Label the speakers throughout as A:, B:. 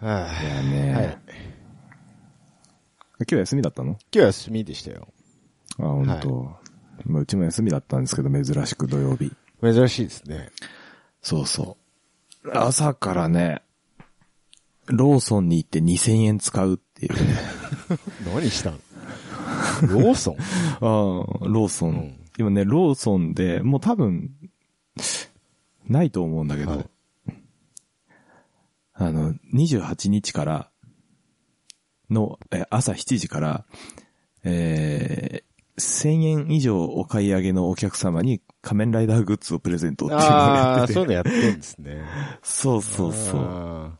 A: はい
B: やね
A: はい。
B: 今日休みだったの
A: 今日は休みでしたよ。
B: あ、本当。まあうちも休みだったんですけど、珍しく土曜日。
A: 珍しいですね。
B: そうそう。朝からね、ローソンに行って2000円使うっていう。
A: 何したのローソン
B: ああ、ローソン。
A: うん
B: 今ね、ローソンで、もう多分、ないと思うんだけど、
A: はい
B: あの、28日からの、え朝7時から、えー、1000円以上お買い上げのお客様に仮面ライダーグッズをプレゼントっていうの
A: あ
B: をや
A: あ
B: っ
A: ー、
B: て
A: そう
B: て。
A: いうのやってるんですね。
B: そうそうそう。
A: あ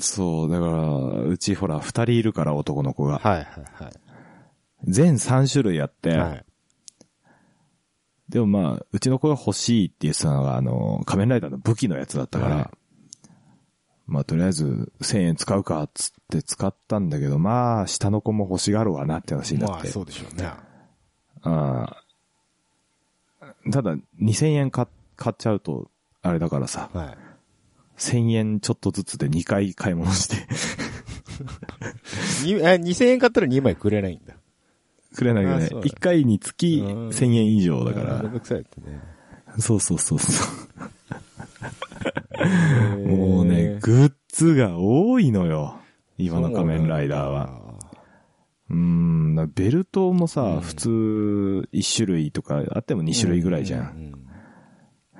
B: そう、だから、うちほら、二人いるから男の子が。
A: ーはいはいはい。
B: 全3種類あって、
A: はい。
B: でもまあ、うちの子が欲しいって言ってたのが、あの、仮面ライダーの武器のやつだったから、
A: はい
B: まあとりあえず1000円使うかっつって使ったんだけど、まあ、下の子も欲しがるわなって話にな
A: ま
B: っ
A: あ、
B: て。
A: そうでしょうね。
B: あーただ、2000円買買っちゃうと、あれだからさ、
A: はい。
B: 1000円ちょっとずつで2回買い物して、
A: に え2000円買ったら2枚くれないんだ。
B: くれないよ
A: あ
B: ね
A: そう。だ
B: 1回につき
A: うん
B: 1000円以上だか
A: あーめん
B: ら。
A: どくさいってね。
B: そうそうそうそう。
A: へー
B: もうね、、グッズが多いのよ。今の仮面ライダーは。うーん、だベルトもさ、
A: うん
B: 普通1種類とか、あっても2
A: 2
B: 種類ぐらいじゃん。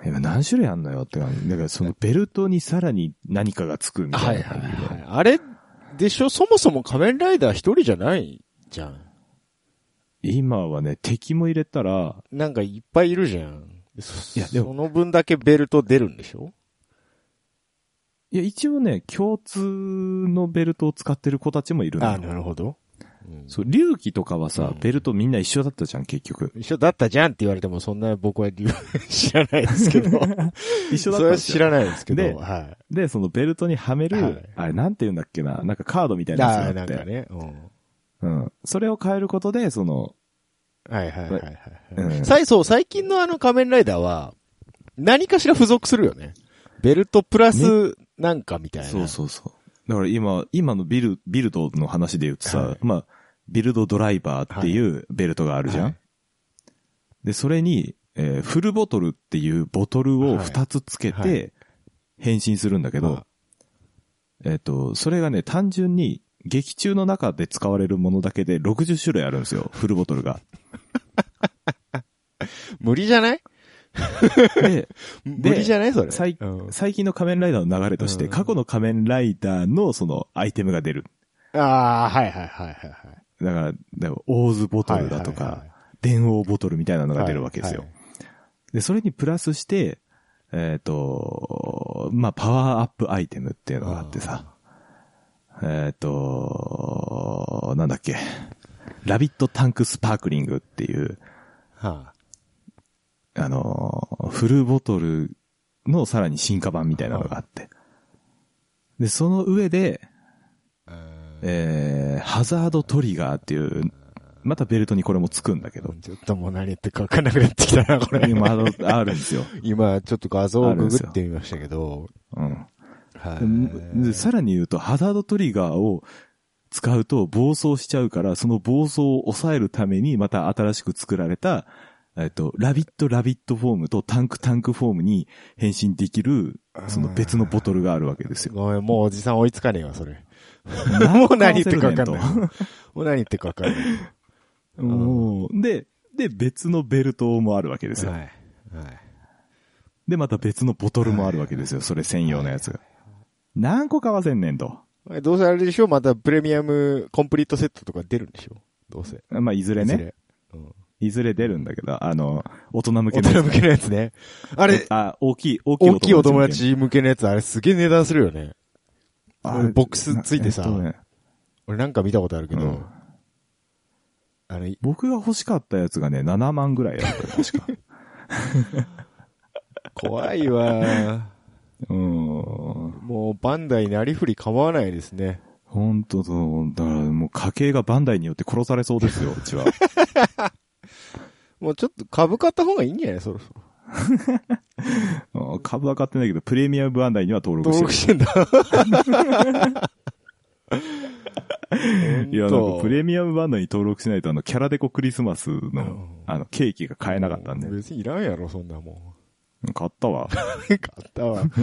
B: 今何種類あんのよって感じ。だからそのベルトにさらに何かがつくみた
A: はいい
B: な
A: はい
B: 感じで。
A: はい。あれでしょそもそも仮面ライダー一人じゃないじゃん。
B: 今はね、敵も入れたら、
A: なんかいっぱいいるじゃん。そ
B: いやでも
A: その分だけベルト出るんでしょ
B: いや、一応ね、共通のベルトを使ってる子たちもいるのよ
A: るほど。うん
B: そう、隆起とかはさ、
A: うん
B: ベルトみんな一緒だったじゃん、結局。
A: 一緒だったじゃんって言われても、そんな僕は理由知らないですけど。
B: 一
A: そ
B: 緒だった
A: れは
B: じゃん
A: 知らないですけ
B: で
A: ど。は
B: で、そのベルトにはめる、
A: はい
B: あれ、なんて言うんだっけな、なんかカードみたい
A: い。
B: な
A: だ
B: やつが
A: な
B: あっ
A: ん
B: て。
A: かね。うん
B: うん。それを変えることで、その、
A: はいはいはいは
B: う
A: いは
B: ん
A: い。最そう、最近のあの仮面ライダーは、何かしら付属するよね。ベルトプラスなんかみたいな。
B: そうそうそう。だから今、今のビル、ビルドの話で言うとさ、
A: はい
B: まあ、ビルドドライバーっていうベルトがあるじゃん、
A: はい
B: で、それに、えーフルボトルっていうボトルを2つつけ
A: はいは
B: て、変身するんだけど、
A: まあ
B: えっ、と、それがね、単純に、劇中の中で使われるものだけで60種類あるんですよ、フルボト ルが。
A: 無理じゃない
B: で、
A: 無理じゃないそれ。
B: 最
A: うん
B: 最近の仮面ライダーの流れとして、
A: うん
B: 過去の仮面ライダーのそのアイテムが出る。
A: ああ、はいはいはいはいはい。
B: だから、だからオーズボトルだとか、
A: はいはいはい
B: 電王ボトルみたいなのが出るわけですよ。
A: はいはい
B: で、それにプラスして、えっ、と、まあ、パワーアップアイテムっていうのがあってさ、えっ、と、なんだっけ、ラビットタンクスパークリングっていう、
A: は
B: あの、フルボトルのさらに進化版みたいなのがあって、で、その上で、
A: あうん
B: えー、ハザードトリガーっていう、またベルトにこれもつくんだけど、
A: ちょっともう何言ってるか分かんなくなってきたな、これ。
B: 今あのあるんですよ。
A: 今、ちょっと画像をググってみましたけど。
B: うん。
A: は
B: でさらに言うと、ハザードトリガーを使うと暴走しちゃうから、その暴走を抑えるためにまた新しく作られた、えっと、ラビットラビットフォームとタンクタンクフォームに変身できる、その別のボトルがあるわけですよ。
A: ごめん、もうおじさん追いつかねえわ、それ。 もう何言ってるか分かんない。もう何言ってるか分 かんない。
B: もう、で、で、別のベルトもあるわけですよ。
A: はい。はい。
B: で、また別のボトルもあるわけですよ。それ専用のやつが。何個買わせんねんと。
A: これどうせあれでしょまたプレミアムコンプリートセットとか出るんでしょどうせ。
B: まあ、いずれ
A: い
B: ね
A: ず。うん。
B: いずれ出るんだけど、あの、大人向け
A: 大
B: のやつ
A: 人
B: が
A: 向けのやつね。 あれ、
B: あ、大きい、大きい
A: 大きいお友
B: 向け
A: 達向けのやつ、あれすげえ値段するよね。
B: の。
A: ボックスついてさ
B: なえっとね
A: 俺なんか見たことあるけど、
B: うん
A: あれ、
B: 僕が欲しかったやつがね、7万ぐらいだったよ 確か。
A: 怖いわ。
B: うーん。
A: もうバンダイなりふり構わないですね。
B: ほんとそう、だからもう家計がバンダイによって 殺されそうですよ、うちは。
A: もうちょっと株買った方がいいんじゃないそろそろ。
B: うん株は買ってないけど、プレミアムバンダイには登録
A: 登録
B: して
A: してんだ。
B: る。いや、なんかプ
A: イ
B: レミアムバンダイに登録しないと、あの、キャラデコクリスマスの
A: ん、
B: あの、ケーキが買えなかったんで。
A: 別にいらんやろ、そんなも
B: うん買った わ。
A: ん。買ったわ。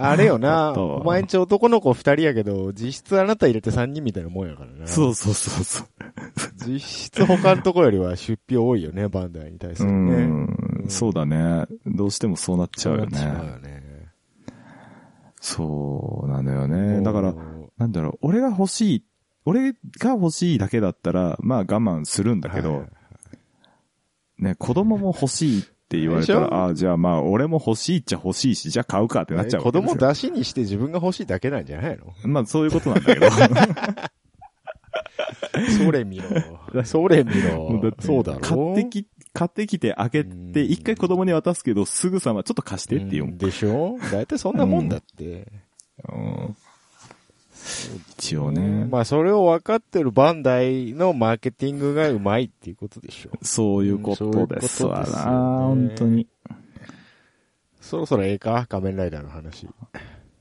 A: あれよ
B: 買
A: な、
B: ったわ
A: お前んち男の子二人やけど、実質あなた入れて三人みたいなもんやからな。
B: そうそうそうそう。
A: 実質他のとこよりは出費多いよね、バンダイに対す
B: う
A: るね。
B: ん、そうだね。どうしてもそうなっちゃうよ
A: なっちゃう
B: ね。
A: よね。
B: そうなのよね。だから
A: お、ー
B: なんだろう、俺が欲しい、俺が欲しいだけだったら、まあ我慢するんだけど、
A: はいはい
B: ね、子供も欲しいって言われ
A: でし
B: た
A: ょ
B: ら、ああ、じゃあまあ俺も欲しいっちゃ欲しいし、じゃあ買うかってなっちゃう
A: 子
B: わけです
A: 供
B: よ。
A: 出しにして自分が欲しいだけなんじゃないの
B: まあそういうことなんだけど。
A: それ見 ろ。それ見
B: もう
A: ろ
B: だっ。て
A: そうだろ。
B: 買ってき、買ってきて開け
A: うん
B: て、一回子供に渡すけど、すぐさまちょっと貸してっていうう。
A: んでしょだいたいそんなもんだって。
B: うん一応ね。
A: まあそれを分かってるバンダイのマーケティングがうまいっていうことでしょ。
B: そういうことです
A: そうい
B: わ
A: うことです
B: な、
A: よね
B: 本当に。
A: そろそろええか仮面ライダーの話。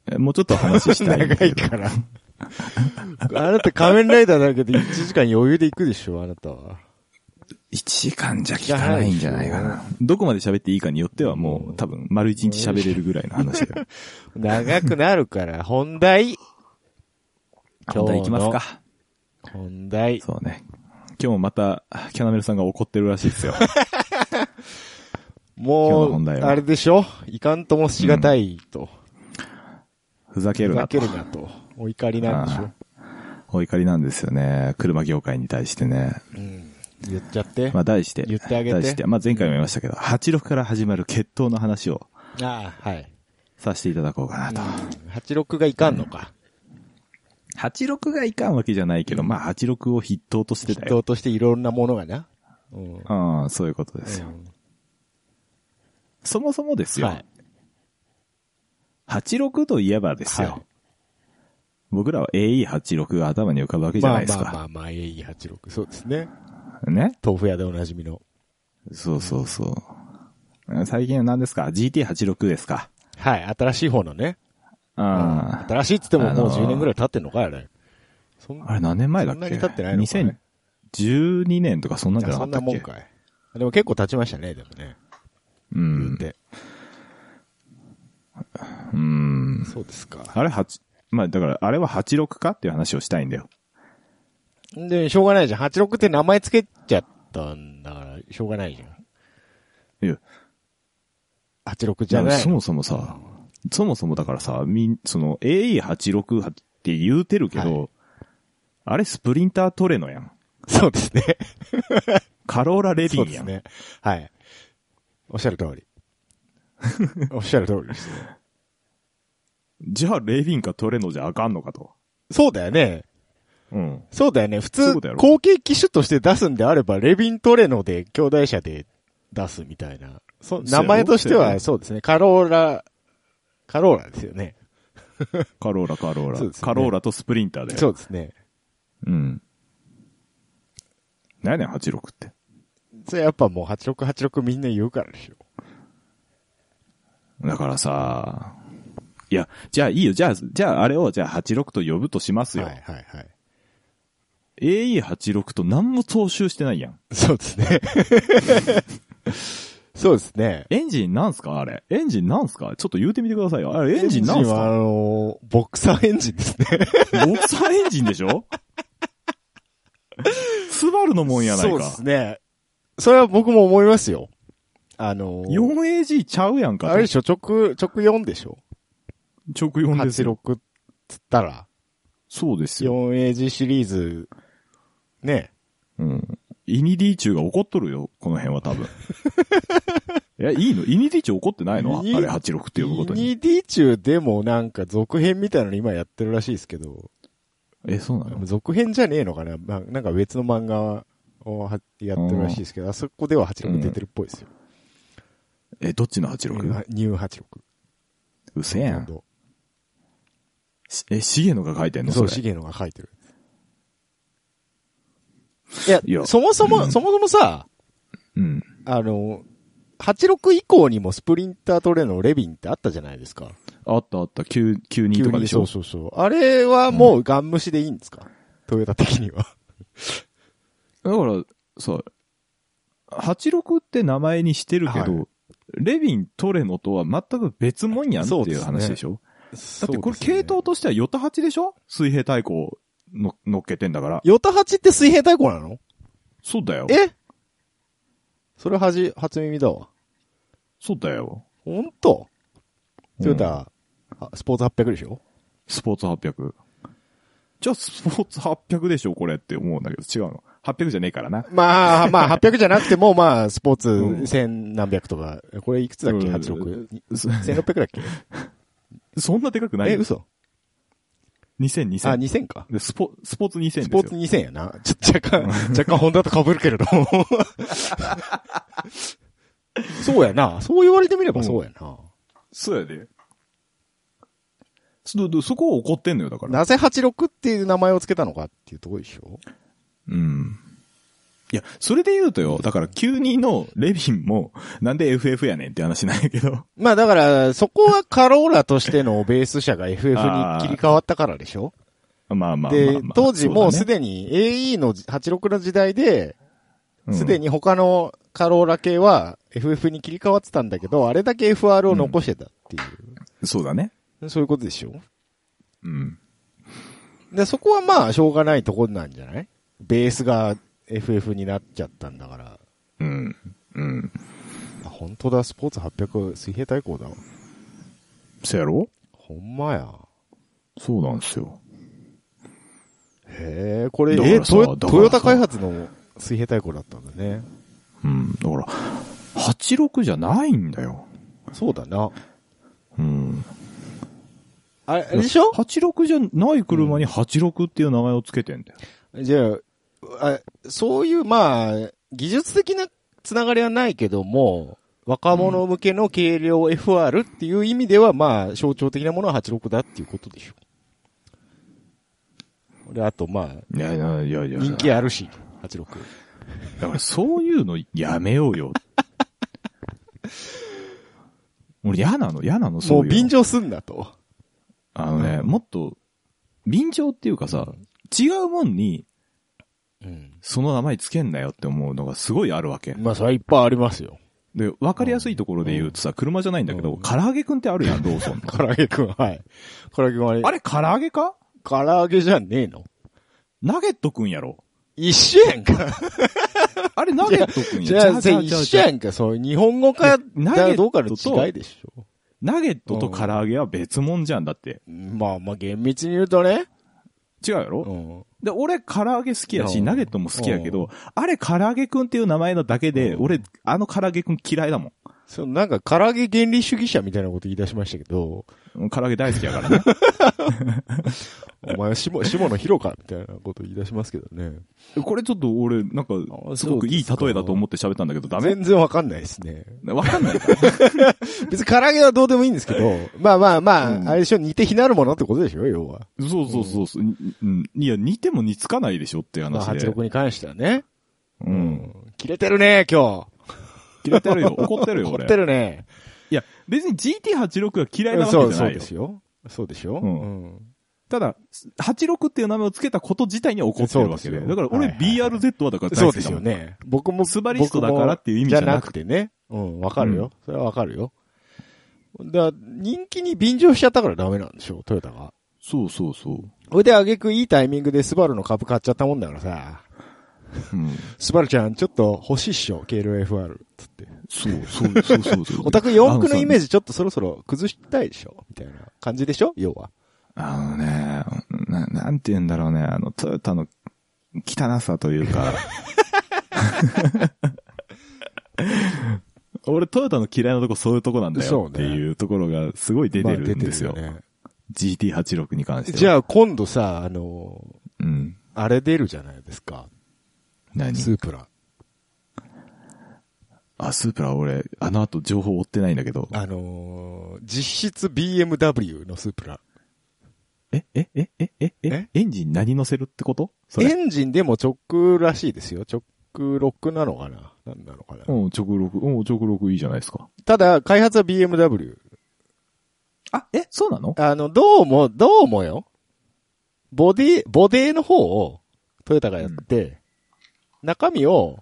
B: えもうちょっと話したい。
A: 長いから。 あなた仮面ライダーだけど1時間余裕で行くでしょあなたは。
B: 1時間じゃ聞かないんじゃないかな。どこまで喋っていいかによってはもう多分丸1日喋れるぐらいの話 だよ。
A: 長くなるから、本題。
B: 本題行きますか。
A: 本題。
B: そうね。今日もまた、キャナメルさんが怒ってるらしいです よ。今日の
A: も
B: 本
A: う、
B: 題は
A: あれでしょいかんともしがたいと。
B: ふざけ
A: ふ
B: る
A: ざ
B: な
A: け
B: と。
A: るなと。お怒りなんでしょ
B: あお怒りなんですよね。車業界に対してね。
A: うん。言っちゃって。
B: まあ、題して。
A: 言ってあげて
B: 題して。まあ、前回も言いましたけど、86から始まる決闘の話を
A: ああ、はい。
B: させていただこうかなと。
A: 86がいかんのか。
B: 86がいかんわけじゃないけど、まあ、86を筆頭として
A: 筆
B: だよ。
A: 頭としていろんなものがな。うん。
B: うん、そういうことですよ。そもそもですよ。
A: はい。
B: 86といえばですよ。
A: はい
B: 僕らは AE86 が頭に浮かぶわけじゃ
A: ま
B: な
A: あ
B: いです
A: ま
B: か。
A: あまあまあ、AE86。そうですね。
B: ね。
A: 豆腐屋でおなじみの。
B: そうそうそう。最近は何ですか ?GT86 ですか
A: はい、新しい方のね。
B: ああ
A: 新しいっつってももう
B: あのー
A: 10年ぐらい経ってんのか、あれ。そん
B: あれ何年前だっけ
A: そんなに経ってないのかね
B: ?2012 年とかそんなんじゃなか
A: そ
B: っ
A: ん
B: た
A: な
B: っ
A: も
B: け
A: んかい。でも結構経ちましたね、でもね。
B: う。
A: 言うんて。
B: うん。
A: そうですか。
B: あれ8、まあだからあれは86かっていう話をしたいんだよ。
A: で、しょうがないじゃん。86って名前つけちゃったんだから、しょうがないじゃん。
B: いや、
A: 86じゃない
B: そ。もそもさ、そもそもだからさ、みん、その AE86 って言うてるけど、あれスプリンタートレノやん。
A: そうです ね。
B: カローラレビ
A: そう
B: ン
A: で
B: や
A: す
B: ん。
A: ね。はい。おっしゃる通 り。おっしゃる通りですね。
B: じゃあレビンかトレノじゃあかんのかと。
A: そうだよね。
B: うん。
A: そうだよね。普
B: そう
A: 通
B: いうことや、ろ
A: 後継機種として出すんであれば、レビントレノで兄弟車で出すみたいな。そ
B: そうや
A: 名
B: ろ
A: 前として
B: そうや
A: は
B: ろ
A: そうですね。カローラ、カローラですよね。
B: カローラ、カローラ。
A: そうですね
B: カローラとスプリンターで。
A: そうですね。
B: うん。何やねん、86って。
A: それやっぱもう8686みんな言うからでしょ。
B: だからさ、いや、じゃあいいよ。じゃあ、じゃああれを、じゃあ86と呼ぶとしますよ。
A: はいはいはい。
B: AE86 と何も踏襲してないやん。
A: そうです ね。そうですね。
B: エンジンなんすかあれ。エンジンなんすかちょっと言うてみてくださいよ。あれ、エンジンなんす
A: はあ
B: か
A: のーボクサーエンジンですね。
B: ボクサーエンジンでし ょ スバルのもんやない
A: そう
B: か。
A: ですね。それは僕も思いますよ。あのー
B: 4AG ちゃうやんか。
A: あれでしょ直、直4でしょ
B: 直4ですよ。
A: ?86 っつったら、
B: そうですよ。
A: 4AG シリーズ、ね。
B: うん。イニディ中が怒っとるよ、この辺は多 分。いや、いいのイニディ中怒ってないのあ
A: イニ
B: れ86って呼ぶことに。
A: 2D 中でもなんか続編みたいなの今やってるらしいですけど、
B: え、そうなの
A: 続編じゃねえのかなまなんか別の漫画をはやってるらしいですけど、あそこでは86出てるっぽいですよ。
B: え、どっちの
A: ニュー
B: 86?
A: はニュー86。
B: うせや
A: 今
B: ん。
A: 度
B: しえ、シゲノが書いてんの
A: そ、
B: そうれ。
A: シゲノが書いてる。いや、
B: いや
A: そもそも、
B: うん
A: そもそもさ、
B: うん。
A: あの、 86以降にもスプリンタートレーナーのレビンってあったじゃないですか。
B: あったあった、9、9人とかでしょ。
A: そうそうそう。あれはもうガン無視でいいんですか、トヨタ的 には。
B: だから、さ、86って名前にしてるけど、
A: は
B: レビン、トレノとは全く別もんやんって
A: そう
B: い
A: で
B: う
A: すね
B: 話でしょ
A: だ
B: だってこれ系統としてはヨタ8でしょ水平対抗の乗っけてんだから。
A: ヨタ8って水平対抗なの
B: そうだよ。
A: えそれはじ、初耳だわ。
B: そうだよ。
A: ほんと
B: うん
A: トヨタ、あスポーツ800でしょ
B: スポーツ800。じゃあスポーツ800でしょこれって思うんだけど違うの。800じゃねえからな。
A: まあ、まあ、800じゃなくても、まあ、スポー
B: うん
A: ツ千何百とか、これいくつだっけ
B: うん
A: ?86。
B: そ
A: 1600だっ け
B: そんなでかくない
A: え、
B: よ。
A: 嘘
B: 2000、
A: あ、
B: 2000。
A: 2000か。
B: でスポ、スポーツ2000ですよ。
A: スポーツ2000やな。ちょ、若干、若干ホンダと被るけれど も。そうやな。そう言われてみればそうやな。
B: そうやで。そどそこを怒ってんのよ、だから。
A: なぜ86っていう名前をつけたのかっていうところでしょ
B: うん。いや、それで言うとよ、だから急にのレビンも、なんで FF やねんって話なんやけど。
A: まあだから、そこはカローラとしてのベース車が FF に切り替わったからでしょ
B: まあまあまあまあ。
A: で、当時もうす
B: で
A: でに AE の86の時代で、すでに他のカローラ系は FF に切り替わってたんだけど、あれだけ FR を残してたっていう、
B: そうだね。
A: そういうことでしょ
B: うん。
A: で、そこはまあ、しょうがないとこなんじゃないベースが FF になっちゃったんだから。
B: うん。うん。
A: あ本当だ、スポーツ800、水平対抗だわ。
B: そやろ
A: ほんまや。
B: そうなんですよ。
A: へえ、これ、
B: だから
A: え、
B: さ
A: トヨ
B: だからさ
A: トヨタ開発の水平対抗だったんだね。
B: うん。だから、86じゃないんだよ。
A: そうだな。
B: うん。
A: あれ、あれでしょ
B: ?86 じゃない車に86っていう名前をつけてんだよ。
A: じゃああ、そういう、まあ、技術的なつながりはないけども、若者向けの軽量 FR っていう意味では、まあ、象徴的なものは86だっていうことでしょ。で、あと、まあ、
B: いやいやいやいや。
A: 人気あるし、86。
B: だからそういうのやめよ うよ。俺嫌なの嫌なのそう
A: も
B: いううの。
A: 便乗すんなと。
B: あのね、もっと、便乗っていうかさ、違うもんに
A: うん。
B: その名前つけんなよって思うのがすごいあるわけ。
A: まあ、それはいっぱいありますよ。
B: で、わかりやすいところで言うとさ、車じゃないんだけ
A: う
B: ど、
A: ん
B: 唐揚げくんってあるやん、ロー ソンの。
A: 唐揚げくん、はい。唐揚げくんあれ、
B: あれ唐揚げか
A: 唐揚げじゃねえの
B: ナゲットくんやろ。
A: 一緒やんか。
B: あれナゲットくん
A: じゃ
B: や。
A: あ、それ一緒や
B: ん。
A: んか。そう、日本語か、
B: ナゲットと
A: どうかの違いでしょ。
B: ナゲットと唐揚げは別物じゃんだって。
A: まあまあ厳密に言うとね。
B: 違うやろ
A: うん。
B: で、俺、唐揚げ好きや
A: う
B: し、
A: ん
B: ナゲットも好きやけど、あれ、唐揚げくんっていう名前のだけで、
A: うん
B: 俺、あの唐揚げくん嫌いだも
A: そう、なんか唐揚げ原理主義者みたいなこと言い出しましたけど、
B: ん。唐揚げ大好きやか らね。
A: お前は 下、下野博かみたいなこと言い出しますけどね。
B: これちょっと俺、なんか、すごくいい例えだと思って喋ったんだけど、ダメ
A: 全然わかんないですね。
B: わかんないから。
A: 別に唐揚げはどうでもいいんですけど、まあまあまあ、
B: うん
A: あれでしょ、似て非なるものってことでしょ、要は。
B: そうそうそうそう、うん。いや、似ても似つかないでしょって
A: まあ、
B: 話で。
A: 86に関してはね。
B: う。。
A: うん切れてるね、今日。
B: 切れてるよ。怒ってる よ、
A: 怒
B: 俺。
A: ってるね。
B: いや、別に GT86 が嫌いなわけじゃ
A: そ、
B: な
A: そう
B: いうよ。
A: ですよ。そうでしょ
B: うん
A: ん。
B: ただ、86っていう名前を付けたこと自体には怒ってるわ
A: そ
B: けで。
A: うですよ
B: だから俺、
A: はいはいはい
B: BRZ はだから
A: そ
B: 大好
A: う
B: き
A: で
B: だ
A: す
B: も
A: よ
B: ん。
A: ね。僕も、
B: スバリストだからっていう意味じゃなく
A: てね。うん、わかるよ。それはわかるよ。だから人気に便乗しちゃったからダメなんでしょ、トヨタが。
B: そうそうそう。
A: それであげくいいタイミングでスバルの株買っちゃったもんだからさ、
B: うん。
A: スバルちゃんちょっと欲しいっしょ、KLFR。つって。
B: そう、そう、そう、そうそ う。
A: オタク4区のイメー
B: ジ。
A: ジちょっとそろそろ崩したいでしょみたいな感じでしょ要は。
B: あのね、な、なんて言うんだろうね、あの、トヨタの汚さという か。俺、トヨタの嫌いなとこそういうとこなんだ
A: そ
B: よ
A: うね
B: っていうところがすごい出てるんです
A: ま
B: よ。
A: あ出てるね
B: GT86 に関しては。
A: じ
B: あ、
A: ゃあ今度さ、あの、
B: うん。
A: あれ出るじゃないですか。
B: 何
A: スープラ。
B: あ、スープラ俺、あの後情報追ってないんだけど。
A: あのー実質 BMW のスープラ。
B: え、え、え、え、え、え
A: え、
B: エンジン何乗せるってことそ
A: エ
B: れ。
A: ンジンでも直らしいですよ。直6なのかななんなのかな。
B: うん、直録、うん、直録いいじゃないですか。
A: ただ、開発は BMW。
B: あ、え、そうなの
A: あの、どうも、どうもよ。ボディ、ボディの方を、トヨタがやって、中身を、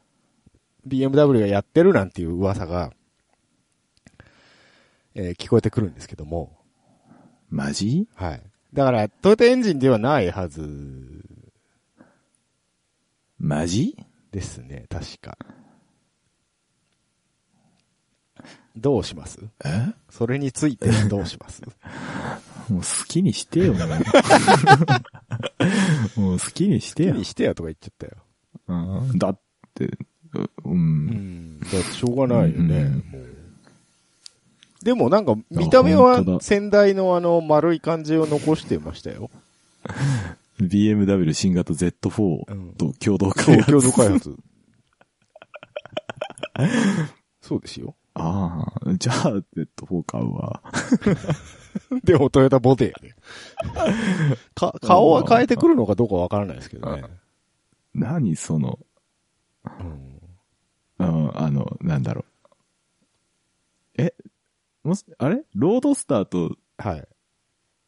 A: BMW がやってるなんていう噂が、えー聞こえてくるんですけども、
B: マジ
A: はい。だから、トヨタエンジンではないはず
B: マジ
A: ですね、確か。どうします
B: え
A: それについてどうし ます
B: もう好きにして よ、もう。もう好きにして
A: 手
B: よ
A: に。してやとか言っちゃったよ。
B: うんだって、うう。
A: うんん。だってしょうがないよね、
B: うん
A: もう。でもなんか、見た目
B: あ
A: は
B: 本当だ
A: 先代のあの丸い感じを残してました よ。
B: BMW 新型
A: うん
B: Z4 と共同開
A: 東
B: 発。
A: 京の開発。そうですよ。
B: ああ、じゃあ Z4 買うわ。
A: でもトヨタボディ、ね、 か、顔は変えてくるのかどうかわからないですけどね。
B: 何その、
A: うん
B: うん、あの、なんだろう。え、もし、あれロードスターと
A: はい。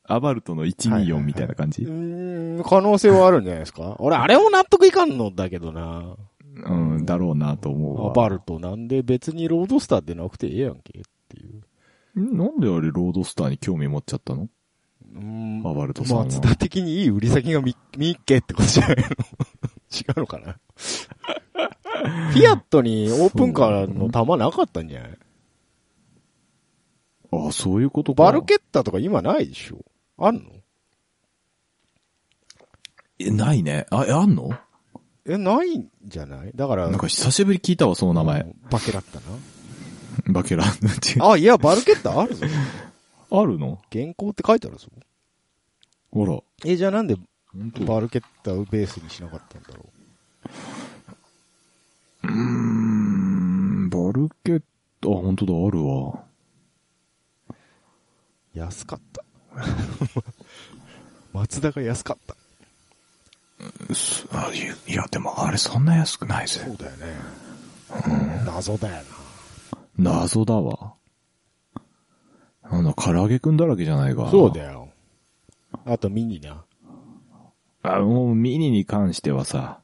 B: アバルトの
A: はいはいは
B: 124
A: い
B: みたいな感じ、
A: うーん、可能性はあるんじゃないですか俺、あれも納得いかんのだけどな。
B: うん、だろうなと思うわ。
A: アバルトなんで別にロードスターでなくてええやんけっていう。
B: んなんであれロードスターに興味持っちゃったの
A: うーん
B: アバルトさん
A: ま
B: は。
A: あ、津田的にいい売り先が見、見っけってことじゃない の違うのかなフィアットにオープンカーの弾なかったんじゃない
B: ああ、そういうことか。
A: バルケッタとか今ないでしょあんの
B: え、ないね。あ、え、あんの
A: え、ないんじゃないだから、
B: なんか久しぶりに聞いたわ、その名前。
A: バケだった
B: バケラ。違う
A: な。あ、いや、バルケッタあるぞ。
B: あるの
A: 原稿って書いてあるぞ。
B: ほら。
A: え、じゃあなんで
B: 本
A: バルケッタをベースにしなかったんだろ
B: うーん、バルケット、あ、本当だ、あるわ。
A: う。安かった。 松田が安かった。
B: あいや、でもあれそんな安くないぜ
A: そうだよね。謎だよ
B: 謎だわ。なんだ、唐揚げくんだらけじゃないか。
A: な。そうだよ。あとミニな。
B: あ、もうミニに関しては さ。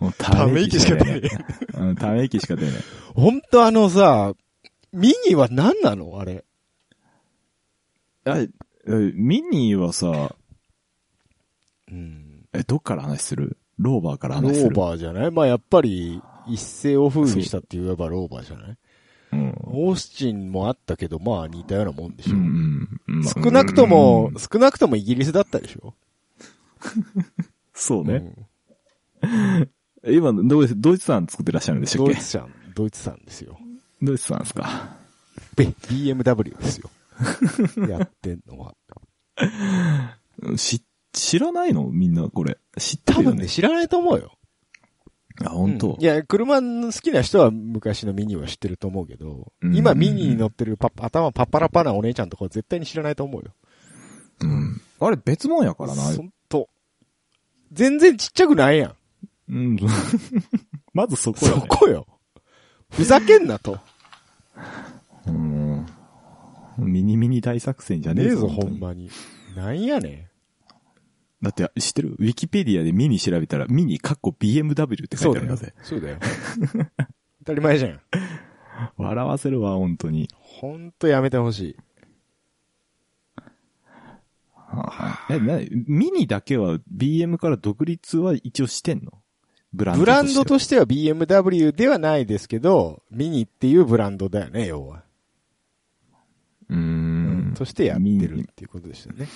B: もうた
A: ため息し。
B: うん、ため息しか出ない。
A: ほんとあのさ、ミニは何なのあれ。
B: あえミニはさ、
A: うん。
B: え、どっから話するローバーから
A: ロ
B: 話する
A: ーバーじゃないまあやっぱり、一世を風靡したって言えばローバーじゃない
B: うん。
A: オースチンもあったけど、まあ似たようなもんでし
B: う
A: ょ。
B: んうんまあ
A: 少なくとも
B: うん、
A: 少なくともイギリスだったでしょ
B: そう
A: う
B: ね。
A: ん
B: 今、ドイツ、ドイツさん作ってらっしゃるんでしたっ
A: ドイ
B: け
A: ツさん、ドイツさんですよ。
B: ドイツさんですか。
A: べ BMW です よ。やってんのは。
B: うんし、知らないのみんなこれ。知って
A: 多
B: るよ
A: 分ね、
B: ね。
A: 知らないと思うよ。
B: あ、本当
A: うんいや、車の好きな人は昔のミニは知ってると思うけど、
B: うん
A: 今ミニに乗ってるパ頭パッパラパなお姉ちゃんとかは絶対に知らないと思うよ。
B: うん。あれ別物やか
A: そんと。全然ちっちゃくないやん。
B: うん。まずそこよ、
A: そ
B: ね。
A: こよ。ふざけんな と。
B: うん。ミニミニ大作戦じゃね
A: ね
B: え
A: え
B: ぞ。
A: ぞ、
B: 本
A: ほ
B: 当
A: ん
B: に
A: まに。なんやね
B: だって、知ってるウィキペディアでミニ調べたら、ミニかっこ BMW って
A: ん。
B: 書
A: そ
B: いうて
A: だよ
B: あるんだぜ。。
A: そうだよ。当たり前じゃん。
B: 笑わせるわ、本当に。
A: ほんとやめてほしい。
B: え、な、ミニだけは BM から独立は一応してんのブランド
A: ブ
B: とし
A: ラ
B: ては。
A: ンドとしては BMW ではないですけど、ミニっていうブランドだよね、要は。
B: うーん。
A: としてやってるっていうことですよね。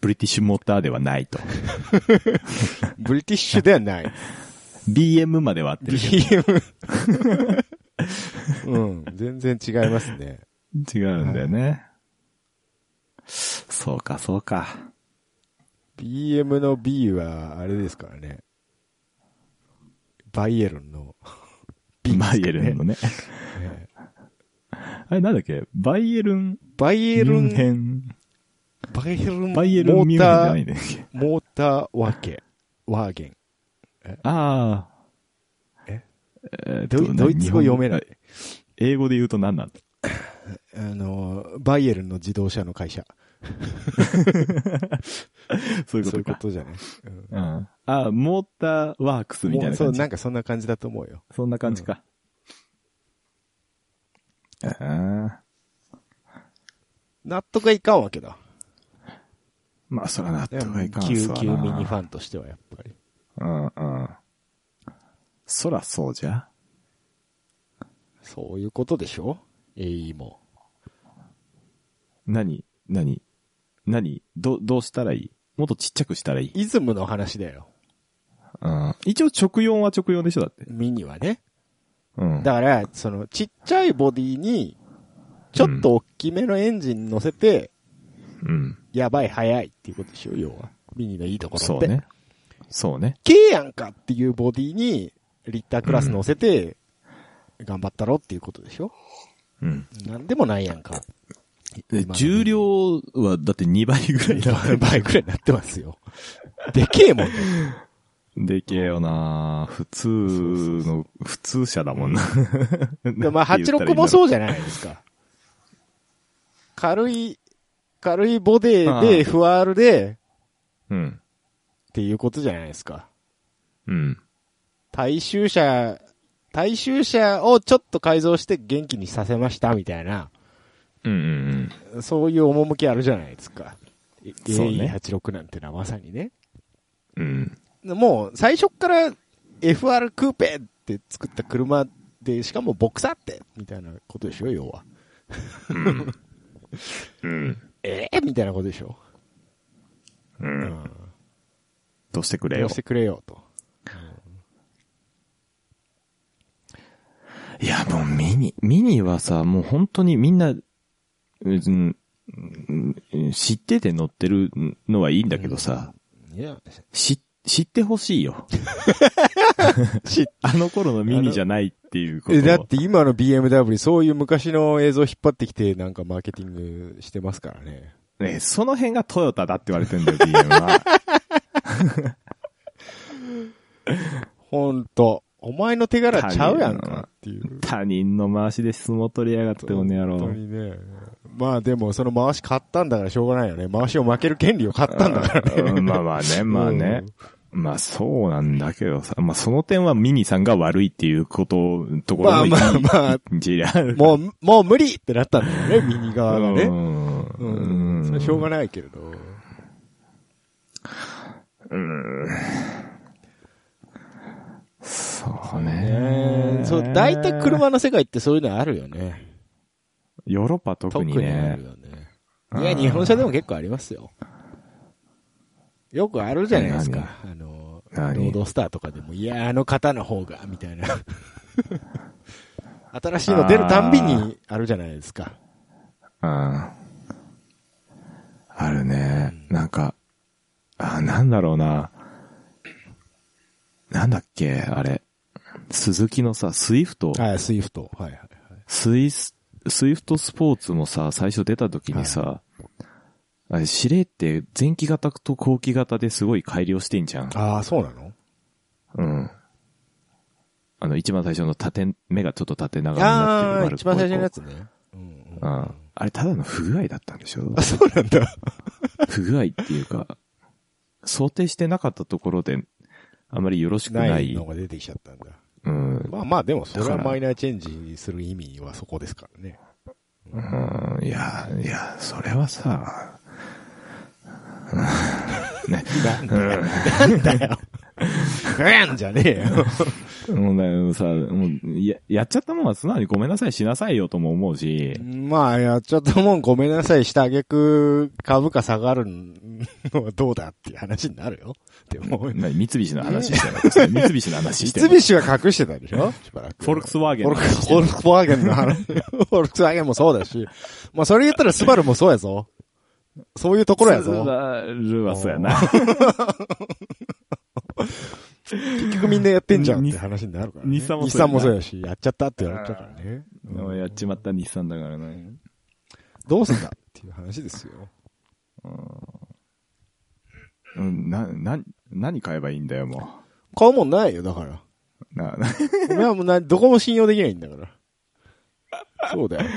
B: ブリティッシュモーターではな いと。
A: ブリティッシュでは ない。
B: BM まではあってるけ
A: BM。うん、 全然違いますね。
B: ど。違うんだよね。そうか、そうか。
A: BM の B は、あれですからね。バイエルンの B ですか
B: バ
A: ね、
B: イエルンのね。
A: ええ
B: あれなんだっけバイエルン、
A: バイ
B: ミ
A: エル
B: ュン
A: ン、
B: ヘン。
A: バイエルン、
B: バイエル
A: モ
B: ン、ミュンヘン
A: ー
B: じ
A: タ
B: ゃな
A: ー
B: い、んだっけ
A: モーターワーケ、ワーゲン。
B: ああ。
A: え
B: えーっと
A: ドイドイツ語読めない。。
B: 英語で言うと何なんだ
A: あの、バイエルンの自動車の会社。
B: そういうこ
A: そうい
B: と
A: うこ
B: か。
A: とじゃない
B: うん。ああ、モーターワークスみたいな
A: そう、
B: 感じ
A: な。んかそんな感じだと思うよ。
B: そんな感じか。ああ。
A: 納得がいかんわけだ。
B: まあ、そら納
A: で
B: 得
A: も
B: がいかん
A: 旧、
B: そらな
A: 旧ミニファンとしてはやっぱり。
B: うんうん。そらそうじゃ。
A: そういうことでしょ ?AE も。
B: 何何何ど、どうしたらいいもっとちっちゃくしたらいい、
A: イズムの話だよ。
B: うん、一応直四は直四でしょだって。
A: ミニはね。
B: うん。
A: だから、その、ちっちゃいボディに、ちょっと大きめのエンジン乗せて、
B: うん。
A: やばい、速いっていうことでしょ要は。ミニのいいところ
B: そ
A: っ
B: う
A: て。
B: ね。そうね。
A: 軽やんかっていうボディに、リッタークラス乗せて、頑張ったろっていうことでしょ、
B: うん。
A: なんでもないやんか。
B: で
A: 今の
B: 重量はだって2倍ぐらいだ。
A: 倍くらいになってますよ。でけえもんね。
B: でけえよな普通の、普通車だも んな。
A: でまあ、86もそうじゃないですか。軽い、軽いボディで FR で、
B: う。うん。
A: っていうことじゃないですか。
B: うん。
A: 大衆車、大衆車をちょっと改造して元気にさせましたみたいな、
B: うんうん
A: そういう趣あるじゃないですか。
B: そうね
A: AE86 なんてのはまさにね。
B: うん。うん。
A: もう最初っから FR クーペって作った車で、しかもボクサーって、みたいなことでしょ、要は。
B: うん。
A: ええみたいなことでしょ。
B: う。
A: うんん。
B: どうしてくれ
A: ど
B: よ
A: うし。てくれよ、と。
B: いや、もうミニ、ミニはさ、もう本当にみんな、うん、うん知ってて乗ってるのはいいんだけどさ、
A: いや、
B: し、知ってほしいよ。
A: 知っ
B: あの頃のミニじゃないっていうこと
A: え
B: を。
A: だって今の BMW そういう昔の映像引っ張ってきてなんかマーケティングしてますからね。
B: ね、その辺がトヨタだって言われてんだよ、BM は。
A: ほんと。お前の手柄ちゃうやんかっていう。
B: 他人の回しで相撲取りやがって、おねやろ。
A: 本当にね。まあでもその回し買ったんだからしょうがないよね。回しを負ける権利を買ったんだからね。
B: うんまあま あね、まあね。まあそうなんだけどさ、まあその点はミニさんが悪いっていうこと、ところ
A: まあ
B: も
A: まあまあ、
B: 一理ある。
A: もう、もう無理ってなったんだよね、右側が
B: う
A: ね。
B: ん
A: うん。それしょうがないけれど。
B: そう
A: ね
B: ね。
A: そう、大体。車の世界ってそういうのあるよね。
B: ヨーロッパ特
A: 特
B: に
A: にあ
B: ね
A: る。よね。いや、日本車でも結構ありますよ。よくあるじゃないですか。あの、ロ
B: 何
A: ードスターとかでも、いや、あの方の方が、みたいな。 新しいの出るたんびにあるじゃないですか。
B: うん。あるね。なんか、あ、なんだろうな。なんだっけ、あれ。鈴木のさ、スイフト。
A: はい、スイフト。はいはいはい。
B: スイス、スイフトスポーツもさ、最初出た時にさ、あれ、指令って前期型と後期型ですごい改良してんじゃん。
A: ああ、そうなの
B: うん。あの、一番最初の縦、目がちょっと縦長になってる
A: ああ、
B: 丸っ
A: 一番最初のや
B: つ。
A: つね。うん
B: う
A: うん
B: ん。あれ、ただの不具合だったんでしょ
A: あ、そうなんだ。
B: 不具合っていうか、想定してなかったところで、あまりよろしくない。
A: ないのが出てきちゃったんだ。
B: うん。
A: まあまあ、でもそれ
B: だ
A: は
B: から
A: マイナーチェンジにする意味はそこですからね。
B: うん。いや、いや、それはさ、
A: なんだよ。なん だよ。なんじゃねえよ。
B: もうね、さ、もう、や、やっちゃったもんは素直にごめんなさいしなさいよとも思うし、
A: まあ、やっちゃったもんごめんなさいしたあげく、株価下がるのはどうだっていう話になるよ。 でも、
B: な三菱の話してなかった三菱の話して
A: 三
B: る。
A: 菱は隠してたでしょ しばらく。
B: フォルクスワーゲン
A: フォ
B: の
A: ルク
B: 話し
A: ス
B: て
A: フォ
B: る
A: ルクスワーゲンの 話。フォルクスワーゲンもそうだし。まあ、それ言ったらスバルもそうやぞ。そういうところや
B: ス
A: ぞ。
B: バルはそうやな。
A: 結局みんなやってんじゃんって話になるから、ね。
B: 日産もそうやな
A: 日産もそうやし、やっちゃったって言われたからね。
B: うんやっちまった日産だからね。
A: どうすんだっていう話ですよ。
B: うん、な、な、何買えばいいんだよ、も
A: 買うもんないよ、だから。
B: な、な、
A: 俺はもうな、どこも信用できないんだから。そうだよ。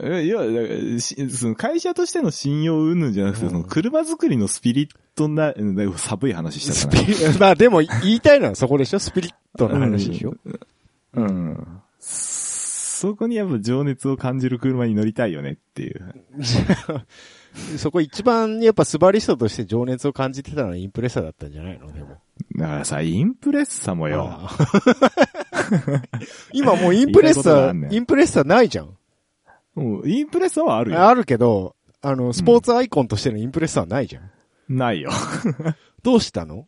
B: えいや、だからしその会社としての信用云々じゃなくて、
A: うん
B: その車作りのスピリットな、うんだいぶ寒い話し
A: ス
B: たか
A: ピリ まあでも言いたいのはそこでしょスピリットの話でしょ、
B: な。うん。そこにやっぱ情熱を感じる車に乗りたいよねっていう。
A: そこ一番やっぱスバリストとして情熱を感じてたのはインプレッサーだったんじゃないのでも。
B: だからさ、インプレッサもよ。
A: あ あ今もうインプレッ
B: 言いたいことが
A: サ
B: あんね
A: ー、
B: ん
A: インプレッサーないじゃん。
B: もうインプレッサはあるよ。
A: あるけど、あの、スポーツアイコンとしてのインプレッサーないじゃん。
B: ないよ。
A: どうしたの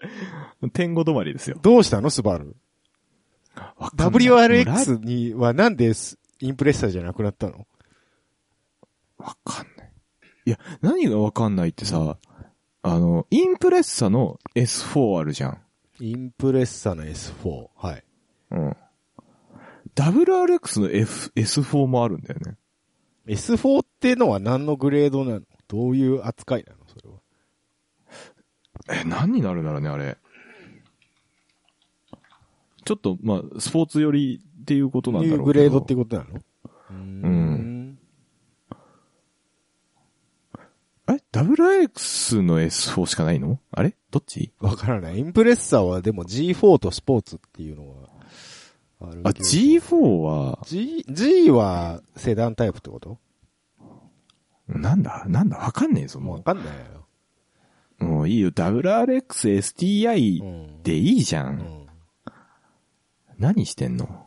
B: 天狗止まりですよ。
A: どうしたのスバル。
B: わかんないもうラ
A: WRX にはなんでインプレッサーじゃなくなったの
B: わかんない。いや、何がわかんないってさ、あの、インプレッサの S4 あるじゃん。
A: インプレッサの S4。はい。
B: うん。WRX の F、S4 もあるんだよね。
A: S4 ってのは何のグレードなのどういう扱いなのそれは。
B: え、何になるんだろうね、あれ。ちょっと、まあ、スポーツ寄りっていうことなんだろう
A: ニューグレードって
B: いう。
A: ことなのうー
B: ん。え ?WRX の S4 しかないのあれどっち
A: わからない。インプレッサーはでも G4 とスポーツっていうのはあるけど。
B: あ、G4 は、
A: G、G はセダンタイプってこと
B: なんだなんだわかんねえぞ、
A: わ
B: も
A: かんないよ。
B: う。もういいよ、WRX、STI
A: うん。
B: でいいじゃ。
A: うんん。
B: 何してんの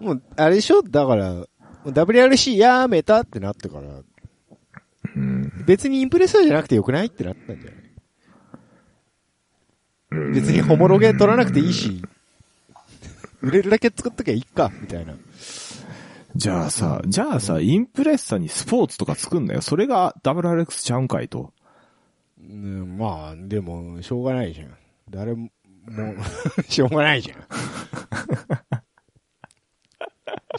A: もう、あれでしょだから、WRC やめたってなったから、
B: うん。
A: 別にインプレッサーじゃなくてよくないってなったんじゃない別にホモロゲ取らなくていいし、売れるだけ作っときゃいいか、みたいな。
B: じゃあさ、じゃあさ、インプレッサにスポーツとか作んだよ。それが WRX ちゃうんかいと。
A: うん、まあ、でも、しょうがないじゃん。誰も、 もうしょうがない じゃん。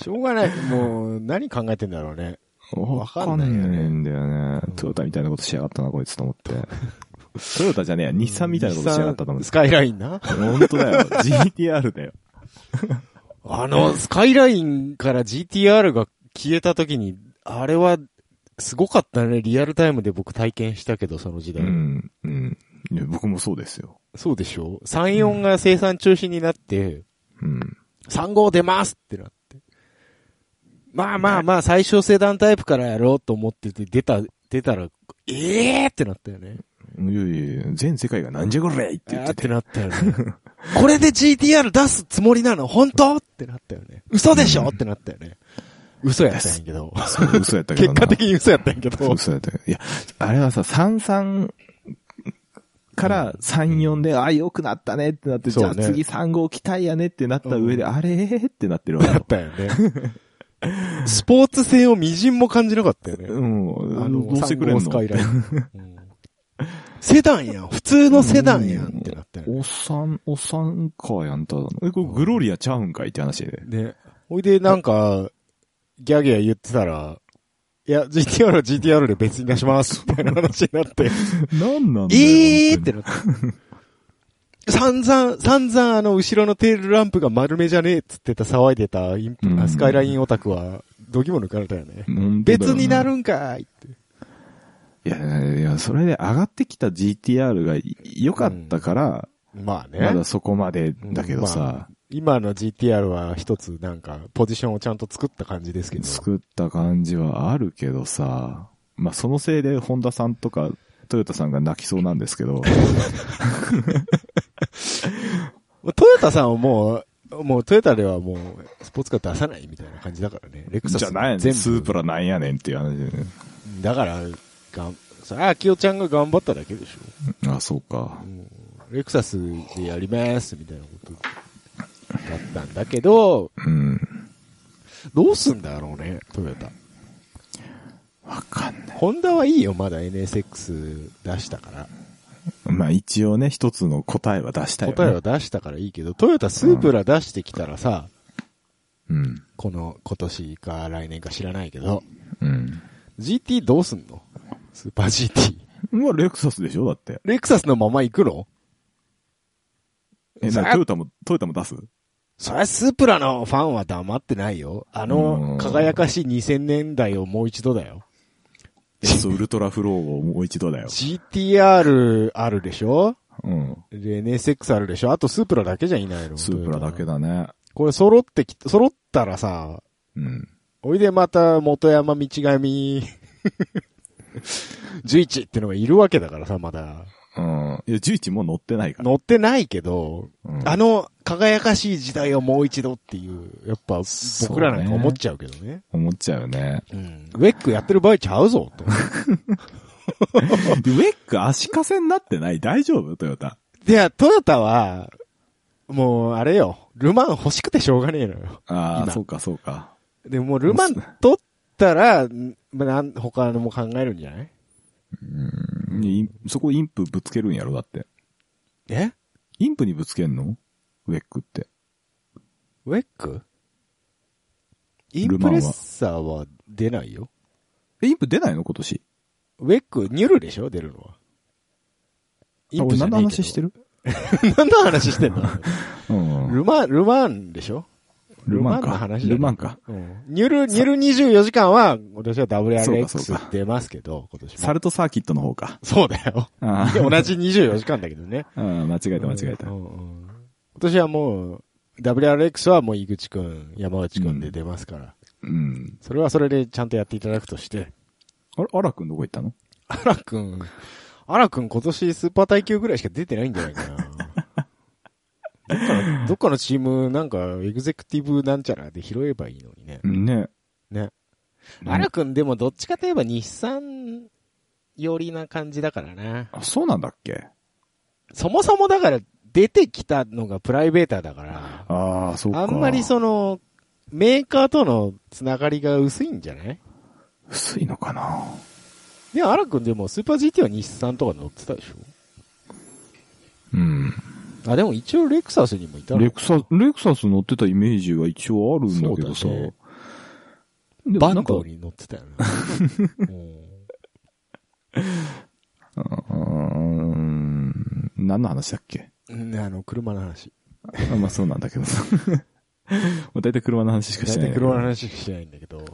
A: しょうがない。もう、何考えてんだろうね。わ
B: わ
A: か
B: か
A: ん
B: ん
A: な
B: ないい
A: よね
B: んだよね。トヨタみたいなことしやがったな、こいつと思って。 トヨタじゃねえや、日産みたいなことしやがったと思っ
A: ス
B: て。
A: カイラインな。
B: 本当だよ。GTR だよ。
A: あの、スカイラインから GTR が消えた時に、あれは、すごかったね。リアルタイムで僕体験したけど、その時
B: う
A: 代。
B: ん、うん。いや僕もそうですよ。
A: そうでしょ ?34 が生産中止になって、
B: うん。
A: 3号出ますってなって。まあまあまあ、最小セダンタイプからやろうと思ってて、出た、出たら、ええーってなったよね。
B: いやいやいや全世界がなんじゃこれって
A: あ
B: 言っ
A: ーってて
B: て。
A: なった よね。これで GTR 出すつもりなの本当ってなったよね。嘘でしょってなったよね。嘘やったんやけど。
B: そう嘘やったけど
A: 結
B: な。
A: 果的に嘘やったんやけど。
B: 嘘やったけど。いや、あれはさ、33から34で、あ、良くなったねってなって、
A: そ
B: じ
A: う
B: ゃ
A: ね
B: あ次3号期待やねってなった上で、あれーってなってるわけ
A: だ
B: よ
A: っ。たよね。スポーツ性を微塵も感じなかったよね。
B: うん。
A: あの、
B: どうしてくれんの
A: 3号スカイライン。うんセダンやん普通のセダンやんってなったよね。
B: おっさん、おっさんかやんただの。え、これグローリアちゃうんかいって話 で。
A: ね。ほいで、なんか、ギャーギャー言ってたら、いや、GTR は GTR で別に出します、みたいな話になって、
B: なんなんだよ。
A: えーって
B: 本
A: なって。散々、散々あの、後ろのテールランプが丸目じゃねえっつってた騒いでたインプ、
B: うん
A: あスカイラインオタクは、どぎも抜かれたよね。
B: 当に本当だよ
A: 別
B: ね
A: になるんかいって。
B: いや、いや、それで上がってきた GTR が良かったから、
A: まあね。
B: まだそこまでだけど
A: うんまあ、
B: さ
A: 今の GTR は一つなんか、ポジションをちゃんと作った感じですけど。
B: 作った感じはあるけどさ、まあ、そのせいで、本田さんとか、トヨタさんが泣きそうなんですけ ど、
A: トヨタさんはもう、もうトヨタではもう、スポーツカー出さないみたいな感じだからね。レクサス
B: じゃあなんやね
A: 全
B: ん、
A: 部
B: スープラなんやねんっていう話でね。
A: だから、がん、それは秋代ちゃんが頑張っただけでしょ。
B: あ、そうか。
A: レクサスでやりますみたいなことだったんだけど、
B: うん。
A: どうすんだろうね、トヨタ。
B: わかんない。
A: ホンダはいいよ、まだ NSX 出したから。
B: まあ、一応ね、一つの答えは出したよ、ね。
A: 答えは出したからいいけど、トヨタスープラ出してきたらさ、
B: うん。
A: この今年か来年か知らないけど、
B: うん。
A: GT どうすんのスーパー GT。
B: まあ、レクサスでしょだって。
A: レクサスのまま行くの
B: え、
A: さ
B: な、
A: あ
B: トヨタも、トヨタも出す
A: そりゃスープラのファンは黙ってないよ。あ
B: う
A: の
B: ん、
A: 輝かしい2000年代をもう一度だよ。
B: エスウルトラフローをもう一度だよ。
A: GTR あるでしょ
B: うん。
A: で、NSX あるでしょあとスープラだけじゃいないの
B: スープラだけ
A: だ。
B: だね。
A: これ揃ってき、揃ったらさ、
B: うん。
A: おいでまた元山道 上11ってのがいるわけだからさ、まだ。
B: うん。いや、11もう乗ってないから。
A: 乗ってないけど、
B: うん
A: あの輝かしい時代をもう一度っていう、やっぱ
B: そうね
A: 僕らなんか思っちゃうけどね。
B: 思っちゃうよね。
A: うん。ウェックやってる場合ちゃうぞ、 と。
B: でウェック足かせになってない大丈夫トヨタ。
A: いや、トヨタは、もう、あれよ、ルマン欲しくてしょうがねえのよ。
B: ああ、
A: 今
B: そうかそうか。
A: でも、ルマン取ったら、んまあなん他のも考えるんじゃない
B: うんいやそこインプぶつけるんやろだって。
A: え
B: インプにぶつけんのウェックって。
A: ウェックイン
B: ルマ
A: プ
B: ンは
A: レッサーは出ないよ。
B: え、インプ出ないの今年。
A: ウェック、ニュルでしょ出るのは。イ
B: あ
A: ンプ
B: 俺
A: じゃ
B: 何の
A: ないけど
B: 話してる
A: 何の話してん の
B: うん。
A: ルマン、ルマンでしょ
B: ルマ
A: ルマン
B: ン
A: の
B: か。
A: 話だね
B: ルマンか。
A: うん。ニュル、ニュル24時間は、私は
B: そうかそう
A: WRX
B: か
A: 出ますけど、今年
B: サ
A: も。
B: ルトサーキットの方か。
A: そうだ よ。
B: あ
A: で同じ24時間だけどね。
B: あ、うん間違えた間違えた
A: う。んうんうん今年はもう、WRX はもう井口くん、山内くんで出ますから、
B: うん。
A: それはそれでちゃんとやっていただくとして、
B: あれ、アラ君どこ行ったの
A: 荒くん、荒くん今年スーパー耐久ぐらいしか出てないんじゃないか な。どっかの、どっかのチームなんか、エグゼクティブなんちゃらで拾えばいいのにね。
B: ね。
A: ね。
B: うん
A: 荒くんでもどっちかといえば日産寄りな感じだからな。
B: あ、そうなんだっけ
A: そもそもだから出てきたのがプライベーターだから。
B: ああ、そうか。
A: あんまりその、メーカーとのつながりが薄いんじゃない
B: 薄いのかな
A: でも、荒くんでもスーパー GT は日産とか乗ってたでし
B: うん。
A: ょあ、でも一応レクサスにもいたの
B: レクサス、レクサス乗ってたイメージは一応あるんだけどさ。
A: そうだね
B: で
A: バ
B: も
A: ン
B: なんか
A: ドに乗ってたよ ね。うん
B: うーん。何の話だっけ
A: うんあの、車の話。
B: あまあそうなんだけどさ。 まあ大体車の話しかし
A: 大体
B: てないんだけど。
A: 車の話しないんだけど。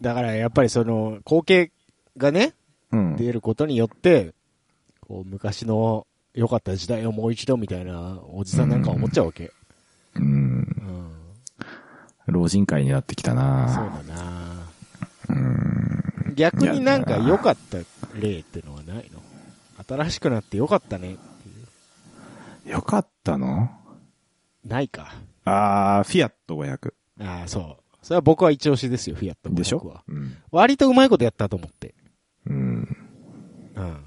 A: だからやっぱりその、後継がね、
B: うん。
A: 出ることによって、こう、昔の良かった時代をもう一度みたいな、おじさんなんか思っちゃうわけ。
B: うん。
A: うん。
B: 老人会になってきた
A: そうだ
B: な
A: な
B: うん。
A: 逆になんか良かった例ってのはないの新しくなって良かったねっていう。
B: よかったの
A: ないか。
B: あー、フィアット500。
A: ああ、そう。それは僕は一押しですよ、フィアット。
B: でし
A: 僕は
B: ょうん。
A: 割とうまいことやったと思って。
B: うん。
A: うん。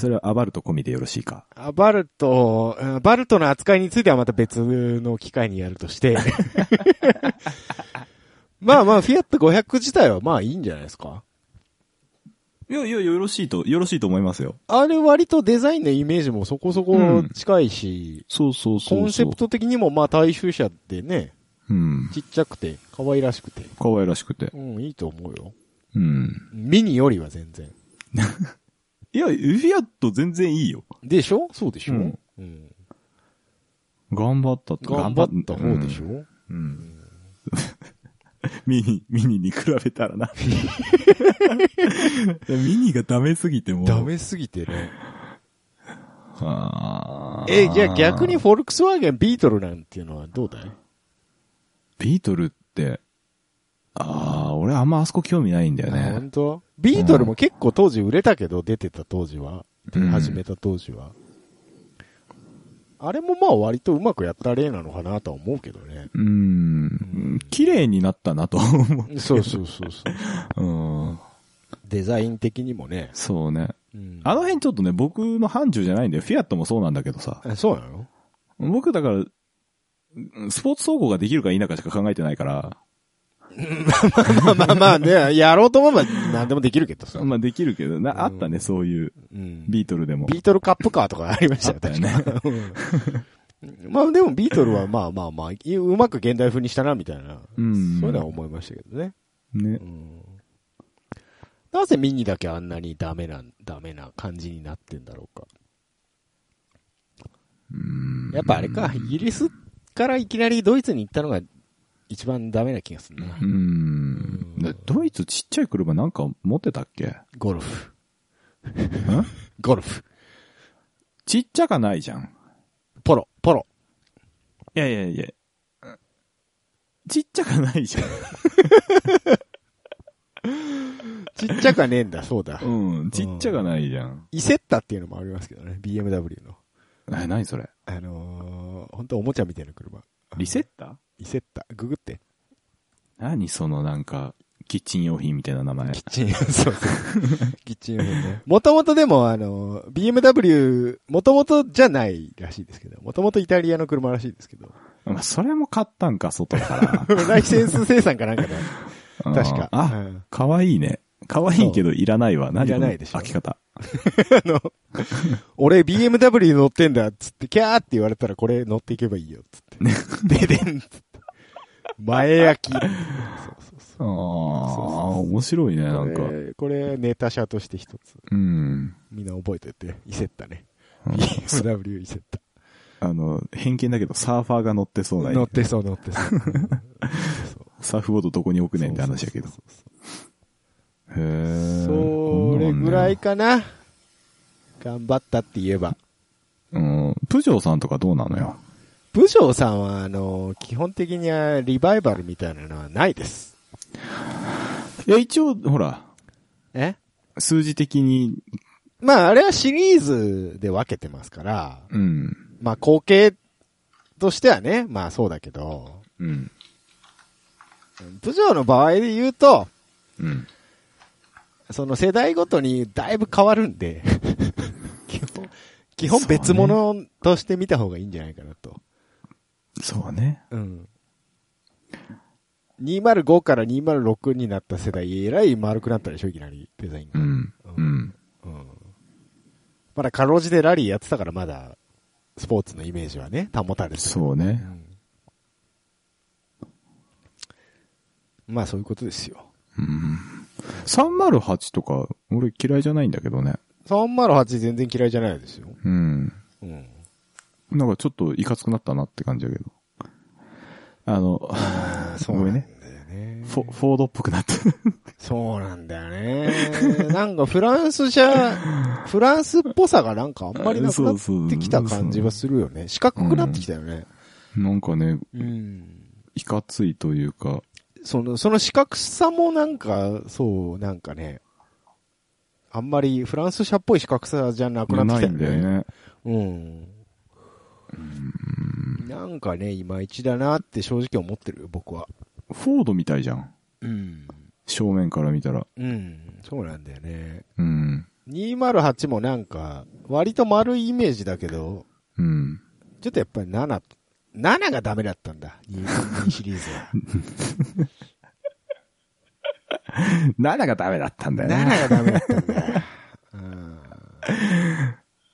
B: それはアバルト込みでよろしいか。
A: あバルト、うんバルトの扱いについてはまた別の機会にやると して。まあまあ、フィアット500自体はまあいいんじゃないですか
B: いやいや、よろしいと、よろしいと思いますよ。
A: あれ割とデザインのイメージもそこそこ近いし、
B: そうそうそうそう。
A: コンセプト的にもまあ大衆車ってね、
B: うん。
A: ちっちゃくて、可愛らしくて。
B: 可愛らしくて。
A: うん、いいと思うよ。
B: うん。
A: ミニよりは全然。
B: いや、フィアット全然いいよ。
A: でしょそうでしょ、う
B: うんん頑張ったって
A: 頑張った方でしょ、
B: うんうん。 ミニ、ミニに比べたら な。いやミニがダメすぎてもう
A: ダメすぎてね。
B: あー
A: え、じゃあ逆にフォルクスワーゲンビートルなんていうのはどうだい
B: ビートルって、ああ、俺あんまあそこ興味ないんだよ
A: あ
B: ね。
A: 本当ビートルも結構当時売れたけど、出てた当時は。
B: うん
A: 始めた当時は。あれもまあ割とうまくやった例なのかなとは思うけどね。
B: うーん。綺麗になったなと思
A: そうそうそうそう。
B: う。うん。
A: デザイン的にもね。
B: そうね。
A: うん
B: あの辺ちょっとね、僕の範疇じゃないんだよ。フィアットもそうなんだけどさ。
A: あそうなの
B: 僕だから、うんスポーツ走行ができるか否かしか考えてないから、
A: まあまあまあね、 やろうと思えば何でもできるけどさ。
B: まあできるけど、
A: うん
B: な、あったね、そういう、
A: うん
B: ビートルでも。
A: ビートルカップカーとかありましたよ、
B: あったよ
A: 確
B: ね
A: か。うんまあでもビートルはまあまあまあ、いうまく現代風にしたな、みたいな。
B: うん
A: そういうのは思いましたけどね。
B: ね
A: う。んなぜミニだけあんなにダメな、ダメな感じになってんだろうか。
B: うん
A: やっぱあれか、イギリスからいきなりドイツに行ったのが一番ダメな気がするな
B: う。ん。でドイツちっちゃい車なんか持ってたっけ
A: ゴルフ。 ゴルフ。
B: ちっちゃかないじゃん。
A: ポロ、ポロ。
B: いやいやいや。ちっちゃかないじゃん。
A: ちっちゃくはねえんだ、そうだ。
B: うん、ちっちゃがないじゃん。
A: イセッタっていうのもありますけどね、BMW の。
B: え、何それ
A: あのー、本当おもちゃみたいな車。
B: リセッタ
A: イセッタ。ググって。
B: 何そのなんか、キッチン用品みたいな名前
A: キ。ッチン、そうそう。キッチン用品ね。 もともとでも、あの、BMW、もともとじゃないらしいですけど、もともとイタリアの車らしいですけど、
B: まあ、それも買ったんか、外か
A: ライセンス生産かなんかで、
B: ら。
A: 確か。
B: うん
A: う
B: あ、
A: ん
B: かわいいね。かわいいけどいらないわ。何
A: いらないでしょ
B: この開き方。
A: あの、俺 BMW 乗ってんだ、つって、キャーって言われたらこれ乗っていけばいいよ、つ って。ででん、つって。前焼き。そうそうそう。
B: あ
A: そ
B: あ、
A: うそうそう
B: 面白いね、なんか
A: こ。れこれネタ社として一つ、
B: うん。
A: みんな覚えてて、イセッタね。
B: うん
A: BMW イセッタ。
B: あの、偏見だけど、サーファーが乗ってそうな。
A: 乗ってそう乗ってそう。そう
B: サーフボードどこに置くねんって話やけど。へ
A: そうそうそう
B: え。
A: それぐらい
B: こ
A: かな。頑張ったって言えば。
B: んなんね。うん。プジョーさんとかどうなのよ。
A: 武将さんは、あの、基本的にはリバイバルみたいなのはないです。
B: いや、一応、ほら、
A: え
B: 数字的に、
A: まあ、あれはシリーズで分けてますから、
B: うん。
A: まあ、後継としてはね、まあそうだけど、
B: うん。
A: 武将の場合で言うと、
B: うん。
A: その世代ごとにだいぶ変わるんで、 基本、基本別物として見た方がいいんじゃないかなと。
B: そうね。
A: うん。205から206になった世代、えらい丸くなったでしょ、いきなり、デザイン
B: う
A: が。
B: ん。うん。
A: うんまだかろうじてラリーやってたから、まだ、スポーツのイメージはね、保たれてる
B: そう
A: う
B: ね。
A: んまあ、そういうことですよ。
B: うん。308とか、俺嫌いじゃないんだけどね。
A: 308全然嫌いじゃないですよ。
B: うん。
A: うん。
B: なんかちょっといかつくなったなって感じだけど。あの、
A: そうなんだよね。
B: フォフォードっぽくなった。
A: そうなんだよね。 なんかフランス車、 フランスっぽさがなんかあんまりなくなってきた感じはするよね。四角くなってきたよね。
B: なんかね、
A: うん。
B: いかついというか、
A: その、その四角さもなんか、そう、なんかね、あんまりフランス車っぽい四角さじゃなくなってき
B: な
A: た
B: い
A: よ
B: ん
A: ね。
B: だよね。
A: うん。なんかね、いまいちだなって正直思ってるよ、僕は。
B: フォードみたいじゃん。
A: うん。
B: 正面から見たら。
A: うん。そうなんだよね。
B: うん。
A: 208もなんか、割と丸いイメージだけど、
B: うん。
A: ちょっとやっぱり7、7がダメだったんだ。2, 2シリーズは。
B: 7がダメだったんだ
A: 7
B: よ ね。
A: がダメだったんだ。うん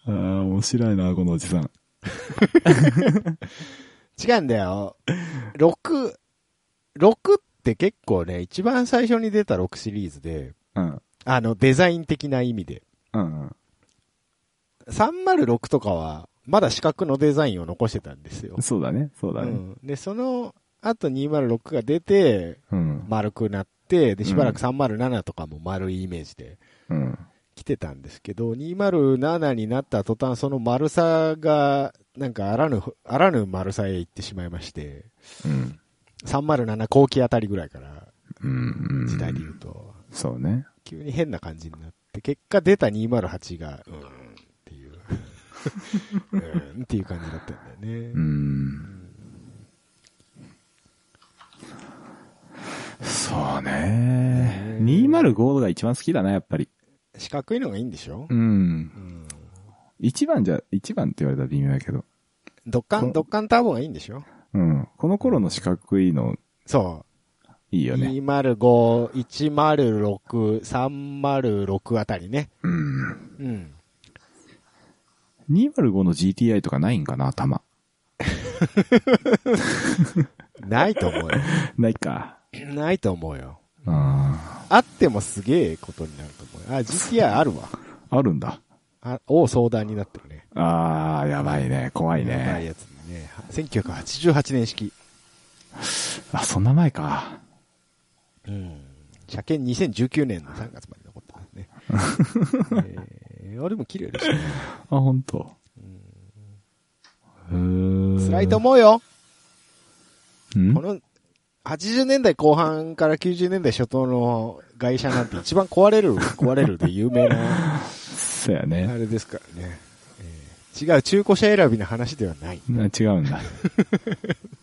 B: ああ、面白いな、このおじさん。
A: 違うんだよ。6、6って結構ね、一番最初に出た6シリーズで、
B: うん。
A: あの、デザイン的な意味で。
B: うん。
A: 306とかは、まだ四角のデザインを残してたんですよ。
B: そうだね、そう
A: う
B: だね。
A: ん、で、その後206が出て、
B: うん。
A: 丸くなって、で、しばらく
B: う
A: 307とかも丸いイメージで
B: うん。
A: 来てたんですけど、207になった途端、その丸さが、なんか、あらぬ、あらぬ丸さへ行ってしまいまして、
B: うん。
A: 307後期あたりぐらいから、
B: うん。
A: 時代で言うと、
B: そうね。
A: 急に変な感じになって、結果出た208が、うーんっていう、うーんっていう感じだったんだよ
B: う
A: ね。
B: ん。そうね。205が一番好きだな、やっぱり。
A: 四角いのがいいんでしょ
B: うん
A: う。ん。
B: 一番じゃ、一番って言われたら微妙だけど。
A: ドッカン、ドッカンターボがいいんでしょ
B: うん。この頃の四角いの、
A: そう。
B: いいよね。
A: 205、106、306あたりね。
B: うん。
A: うん。
B: 205の GTI とかないんかな、頭。
A: ないと思うよ。
B: ないか。
A: ないと思うよ。
B: あ
A: あってもすげえことになると思うよ。あ、GTI あるわ。
B: あ。あるんだ。
A: あ、お、相談になってるね。
B: ああ、やばいね。怖い
A: やばい
B: ね。
A: やつだね。1988年式。
B: あ、そんな前か。
A: うん。車検2019年の3月まで残ってますね。 えー、あれも綺麗ですね。
B: あ、本当。うん。
A: 辛いと思うよ。
B: うん
A: この、80年代後半から90年代初頭の外車なんて一番壊れ る、壊れるで有名な、あ
B: そうやね。
A: れですからね。えー違う、中古車選びの話ではない。
B: な違うんだ。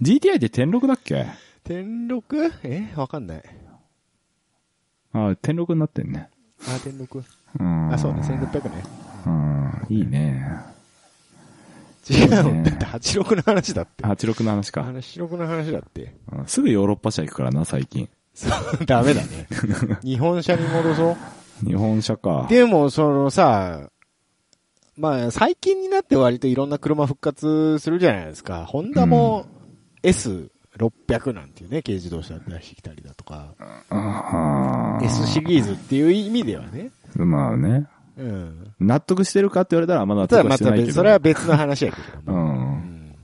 B: GTI って天6だっけ
A: 天禄えわかんない。
B: あ天6になってんね。
A: あ、天禄
B: うん。
A: あ、そうね、1600ね。
B: うん。いいね。
A: 違う、だって86の話だって。
B: 86の話か。
A: 86の話だって。
B: うんすぐヨーロッパ車行くからな、最近。
A: そう、ダメだ ね。日本車に戻そう。
B: 日本車か。
A: でも、そのさ、まあ、最近になって割といろんな車復活するじゃないですか。ホンダも S600 なんていうね、軽自動車出してきたりだとか、
B: ああ
A: S シリーズっていう意味ではね。
B: まあね。
A: うん。
B: 納得してるかって言われたら、まだ納
A: ただ
B: 得
A: ま
B: はして
A: た
B: ないけど。
A: 別、それは別の話やけど
B: う
A: も、
B: ん。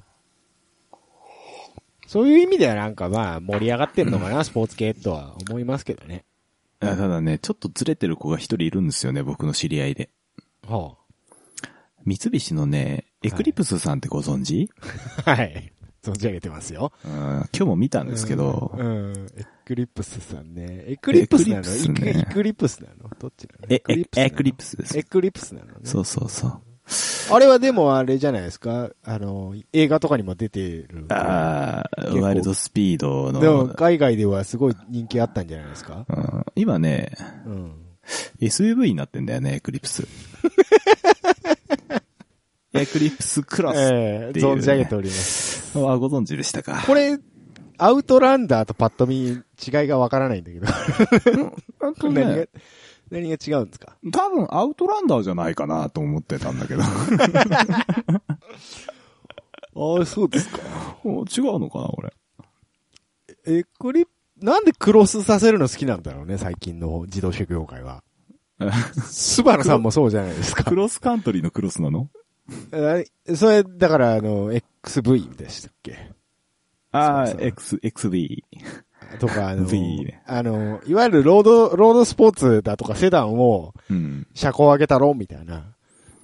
A: そういう意味ではなんかまあ、盛り上がってんのかな、スポーツ系とは思いますけどね。
B: いやただね、ちょっとずれてる子が一人いるんですよね、僕の知り合いで。
A: は
B: 三菱のね、エクリプスさんってご存知、
A: あ、はい。存じ上げてますよ。
B: うん、今日も見たんですけど、
A: うん。うんエクリプスさんね。エクリプスなの
B: エクリプス
A: イク
B: ね
A: エクリプスなのどっちなの
B: え、えエクリ
A: ス
B: プスで
A: な
B: す
A: の。エクリプスなのね。
B: そうそうそう。
A: あれはでもあれじゃないですかあの、映画とかにも出てる。
B: ああ、
A: 構
B: ワイルドスピード
A: でも
B: の、
A: 海外ではすごい人気あったんじゃないですか
B: うん今ね、
A: うん。
B: SUV になってんだよね、エクリプ ス。エクリプスクラス。
A: ええ
B: っていうね
A: 存じ上げております。
B: あ、ご存知でしたか。
A: これ、アウトランダーとパッと見違いがわからないんだけど。
B: あ と
A: 何が
B: ね、、
A: 何が違うんですか
B: 多分アウトランダーじゃないかなと思ってたんだ けど。
A: ああ、そうですか。
B: お違うのかな、これ。
A: エクリ、なんでクロスさせるの好きなんだろうね、最近の自動車業界 は。スバルさんもそうじゃないですか
B: ク。ロスカントリーのクロスなの
A: えそれ、だから、あの、XV でしたっけ
B: ああ、
A: そうそう
B: X、XV。
A: とか、あの
B: V ね、
A: あの、いわゆるロード、ロードスポーツだとかセダンを
B: うん。
A: 車高上げたろ、みたいな。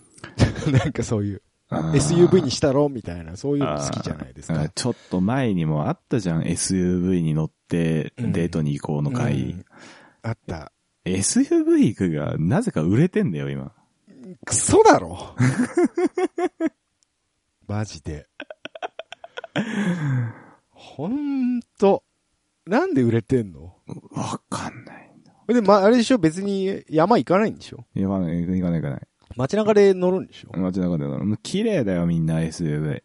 A: なんかそういう、
B: あー
A: SUV にしたろ、みたいな、そういうの好きじゃないです
B: あー
A: か。
B: ちょっと前にもあったじゃん、SUV に乗って
A: うん
B: デートに行こうの回。
A: うんあった。
B: SUV がなぜか売れてんだよ、今。
A: クソだろ マジで。ほんと、なんで売れてんの
B: わかんない。
A: で、ま、あれでしょ別に山行かないんでしょ
B: いや、まあ行かない行かない。
A: 街中で乗るんでしょ
B: 街中でもう綺麗だよ、みんな SUV。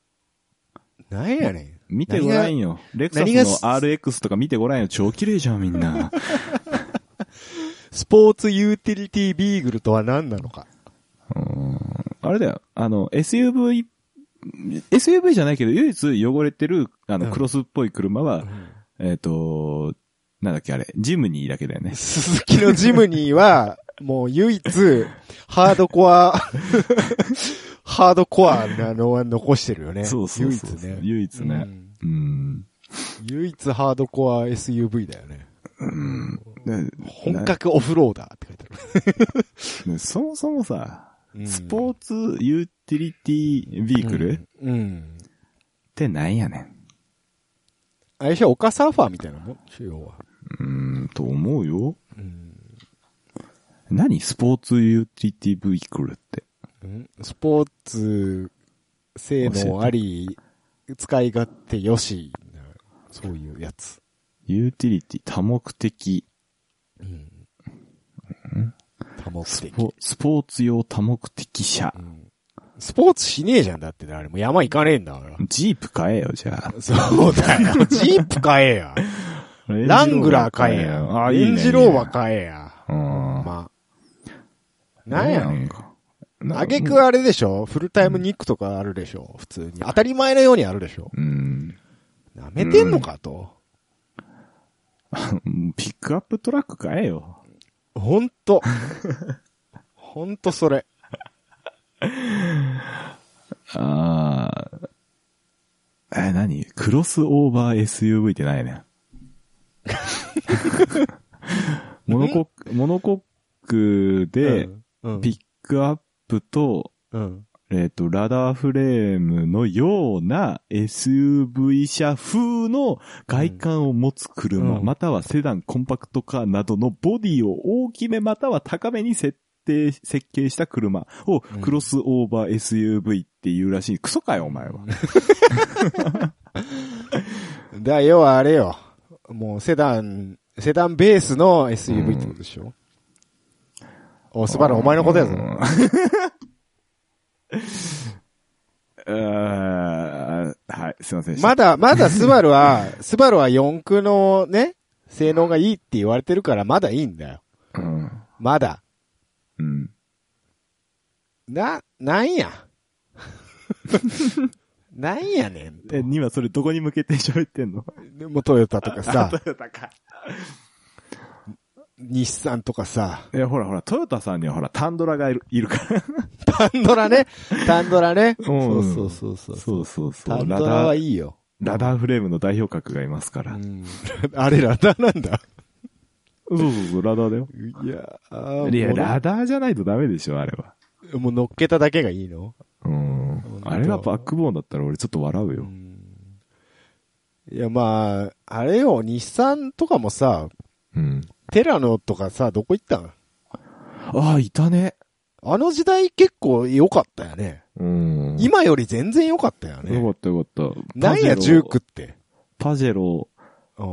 A: なんやねん。
B: 見てごらんよ。レクサス
A: 何
B: の
A: が
B: RX とか見てごらんよ。超綺麗じゃん、み んな。
A: スポーツユーティリティビーグルとは何なのか。
B: うーんあれだよ。あの、SUV、SUV じゃないけど、唯一汚れてる、あ
A: うん
B: の、クロスっぽい車は、えっ、と、なんだっけ、あれ、ジムニーだけだよね。
A: 鈴木のジムニーは、もう唯一、ハードコア、 ハードコアなのは残してるよね。
B: そうそうそうそう。
A: 唯一ね。
B: 唯一ね。うん。
A: 唯一ハードコア SUV だよね。
B: うん。で
A: 本格オフローダーって書いてあ
B: なそもそもさ、
A: る。
B: スポーツユーティリティビークル、っ
A: うん。うん。
B: てなんやねん。
A: あれでしょ、丘サーファーみたいなもん要は。
B: うーん、と思うよ。
A: うん
B: 何スポーツユーティリティビークルって。
A: うんスポーツ、性能あり、使い勝手よし、そういうやつ。
B: ユーティリティ、多目的、
A: うん。多目
B: ス
A: 的。
B: ポスポーツ用多目的車
A: う。んスポーツしねえじゃん、だってね、あれもう山行かねえんだから。
B: ジープ買えよ、じゃあ。
A: そうだよ。 ジープ買えや。ラングラー買えや。
B: あ、いいね。
A: レンジローバー買えや。
B: え。うん。
A: まあ。なんやねん。
B: か。
A: あげくあれでしょフルタイムニックとかあるでしょ普通に。当たり前のようにあるでしょ
B: うん。
A: なめてんのかと。
B: ピックアップトラック買えよ。
A: ほ んと。ほんとそれ。
B: ああ。え、何クロスオーバー SUV ってな いね。モノコック、モノコックで、
A: うん、
B: ピックアップと、
A: うん。
B: えっ、と、ラダーフレームのような SUV 車風の外観を持つ車、
A: うん
B: またはセダン、コンパクトカーなどのボディを大きめまたは高めに設定、設計した車を
A: うん
B: クロスオーバー SUV っていうらしい。クソかよ、お前は。
A: だから要はあれよ。もうセダン、セダンベースの SUV ってことでしょ、お、スバル、お前のことやぞ。
B: うーんはい、すいませんでした。
A: まだ、まだスバルは、スバルは四駆のね、性能がいいって言われてるから、まだいいんだよ。
B: うん。
A: まだ。
B: うん。
A: な、なんや。なんやねんと。
B: え、今それどこに向けて喋っ てんの
A: でもトヨタとかさ、
B: ヨタか。
A: 日産とかさ、
B: いや、ほらほら、トヨタさんにはほら、タンドラがいるいるから。
A: タンドラね、タンドラね。
B: うん
A: そうそうそうそう。
B: そうそうそ
A: タ
B: う。
A: ン
B: ラ
A: ドラ
B: ダ
A: は
B: ー、
A: いいよ。
B: ラダーフレームの代表格がいますから。
A: あれ、ラダーなんだ。
B: そうそうそう、ラダーだよ。
A: いや
B: いや、
A: もう
B: ラダーじゃないとダメでしょ、あれは。
A: もう乗っけただけがいいの
B: うん。あれがバックボーンだったら俺ちょっと笑うよ。
A: いや、まあ、あれよ、日産とかもさ、
B: うん。
A: テラノとかさ、どこ行ったん
B: ああ、いたね。
A: あの時代結構良かったよね。
B: うん。
A: 今より全然良かったよ
B: よか
A: ね。
B: ったよかった。
A: なんや、
B: パ
A: ジ
B: ジェ
A: ュ
B: ロ
A: ークって。
B: パジェロ、
A: う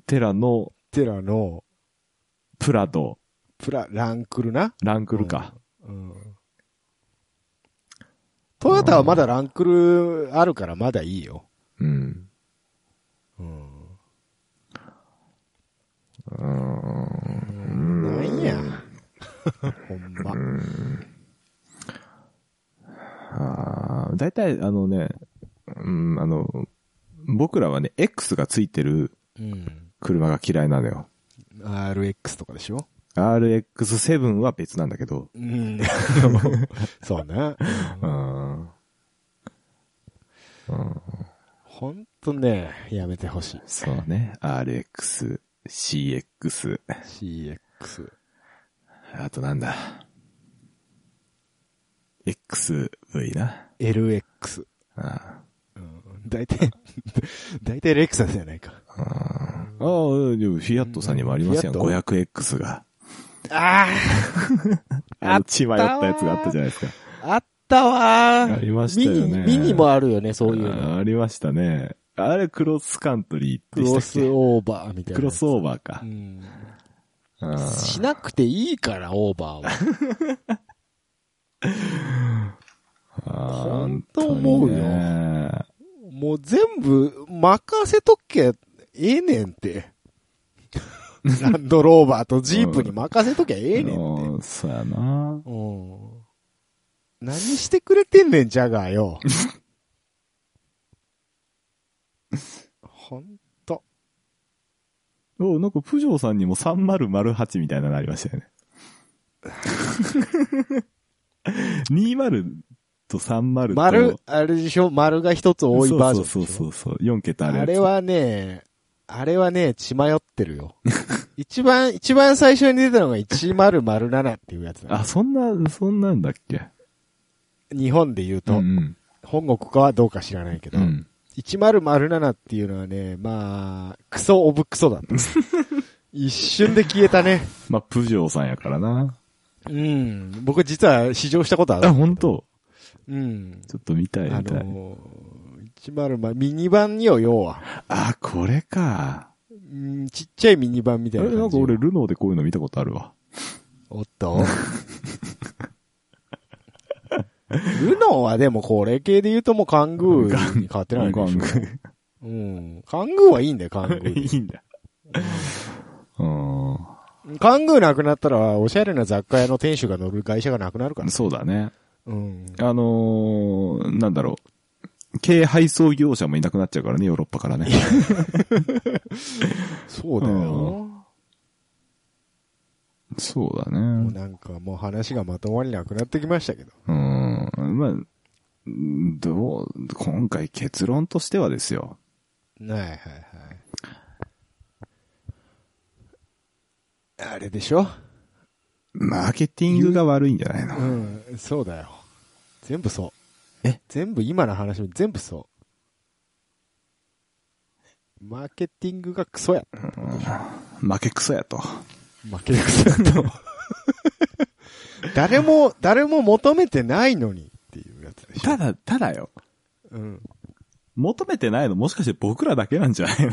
A: ん。
B: テラの
A: テラノ、
B: プラド、
A: プラ、ランクルな。
B: ランクルか。
A: うん。トヨタはまだランクルあるからまだいいよ。
B: うん。
A: うん。
B: うん。
A: なんや。ほんま。
B: ああ、だいたいあのね、うん、あの、僕らはね、X がついてる
A: うん。
B: 車が嫌いなのよ。
A: RX とかでしょ
B: RX7 は別なんだけど。
A: うん。そうね。
B: うん。
A: ほんとね、やめてほしい。
B: そうね。RX、CX、
A: CX。
B: あとなんだ。XV な。
A: LX。
B: あ
A: うん大体、大体レクサスじゃないか。
B: あ、でもフィアットさんにもありますよ。
A: フィア
B: 500X が。
A: あ
B: あっち迷ったやつがあったじゃないですか。
A: ああったわー
B: ありましたよね
A: ミニ、ミニもあるよね、そういう
B: あ
A: の。
B: ありましたね。あれクロスカントリー
A: ク
B: でした
A: ロ
B: っ
A: ス
B: け
A: オーバーみたいなやつ。
B: クロスオーバーか
A: う。ん
B: うん
A: しなくていいから、オーバーは。
B: あー
A: 本当思うよ
B: 本当にね
A: もう全部任せとけ、ええねんって。ランドローバーとジープに任せときゃええねんって。
B: うんそうやな。
A: うん。何してくれてんねん、ジャガーよ。 ほんと。
B: おなんか、プジョーさんにも3008みたいなのありましたよ ね。20と30と。
A: 丸、あれでしょ丸が一つ多いバージョンでしょ。
B: そうそうそうそう。4桁あるや
A: あ
B: つ
A: れ。はね、あれはね、血迷ってる よ。一番、一番最初に出たのが1007っていうやつだ
B: あ、そんな、そんなんだっけ
A: 日本で言うと、
B: うん
A: 本国かはどうか知らないけ
B: う
A: ど、
B: ん。
A: 1007っていうのはね、まあ、クソオブクソだ った。一瞬で消えたね。
B: まあ、プジョーさんやからな。
A: うん。僕実は試乗したことある。
B: あ、本当
A: うん。
B: ちょっと見たい、
A: あ
B: 見たい。
A: のー、1ミニバンよ、要は。
B: あ、これか。
A: うん、ちっちゃいミニバンみた
B: え、
A: いな感じ。
B: なんか俺、ルノーでこういうの見たことあるわ。
A: おっとルノーはでもこれ系で言うともうカングーに変わってないでしょ
B: ガンガ
A: う
B: ン
A: ん。カングーはいいんだよ、カング
B: い
A: ー。
B: いんだ。うん。
A: カングーなくなったら、おしゃれな雑貨屋の店主が乗る会社がなくなるから。
B: そうだね。
A: うん。
B: あのー、なんだろう。軽配送業者もいなくなっちゃうからね、ヨーロッパから ね。
A: そうだよ。も
B: そうだ
A: う
B: ね。
A: なんかもう話がまとまりなくなってきましたけど。
B: うん。まあ、うんどう、今回結論としてはですよ。
A: はいはいはい。あれでしょ
B: マーケティングが悪いんじゃないの
A: うん、そうだよ。全部そう。
B: え
A: 全部今の話も全部そう。マーケティングがクソや。
B: 負けクソやと。
A: 負けクソやと。誰も、誰も求めてないのにっていうやつでしょ。
B: ただ、ただよ。
A: うん。
B: 求めてないのもしかして僕らだけなんじゃないの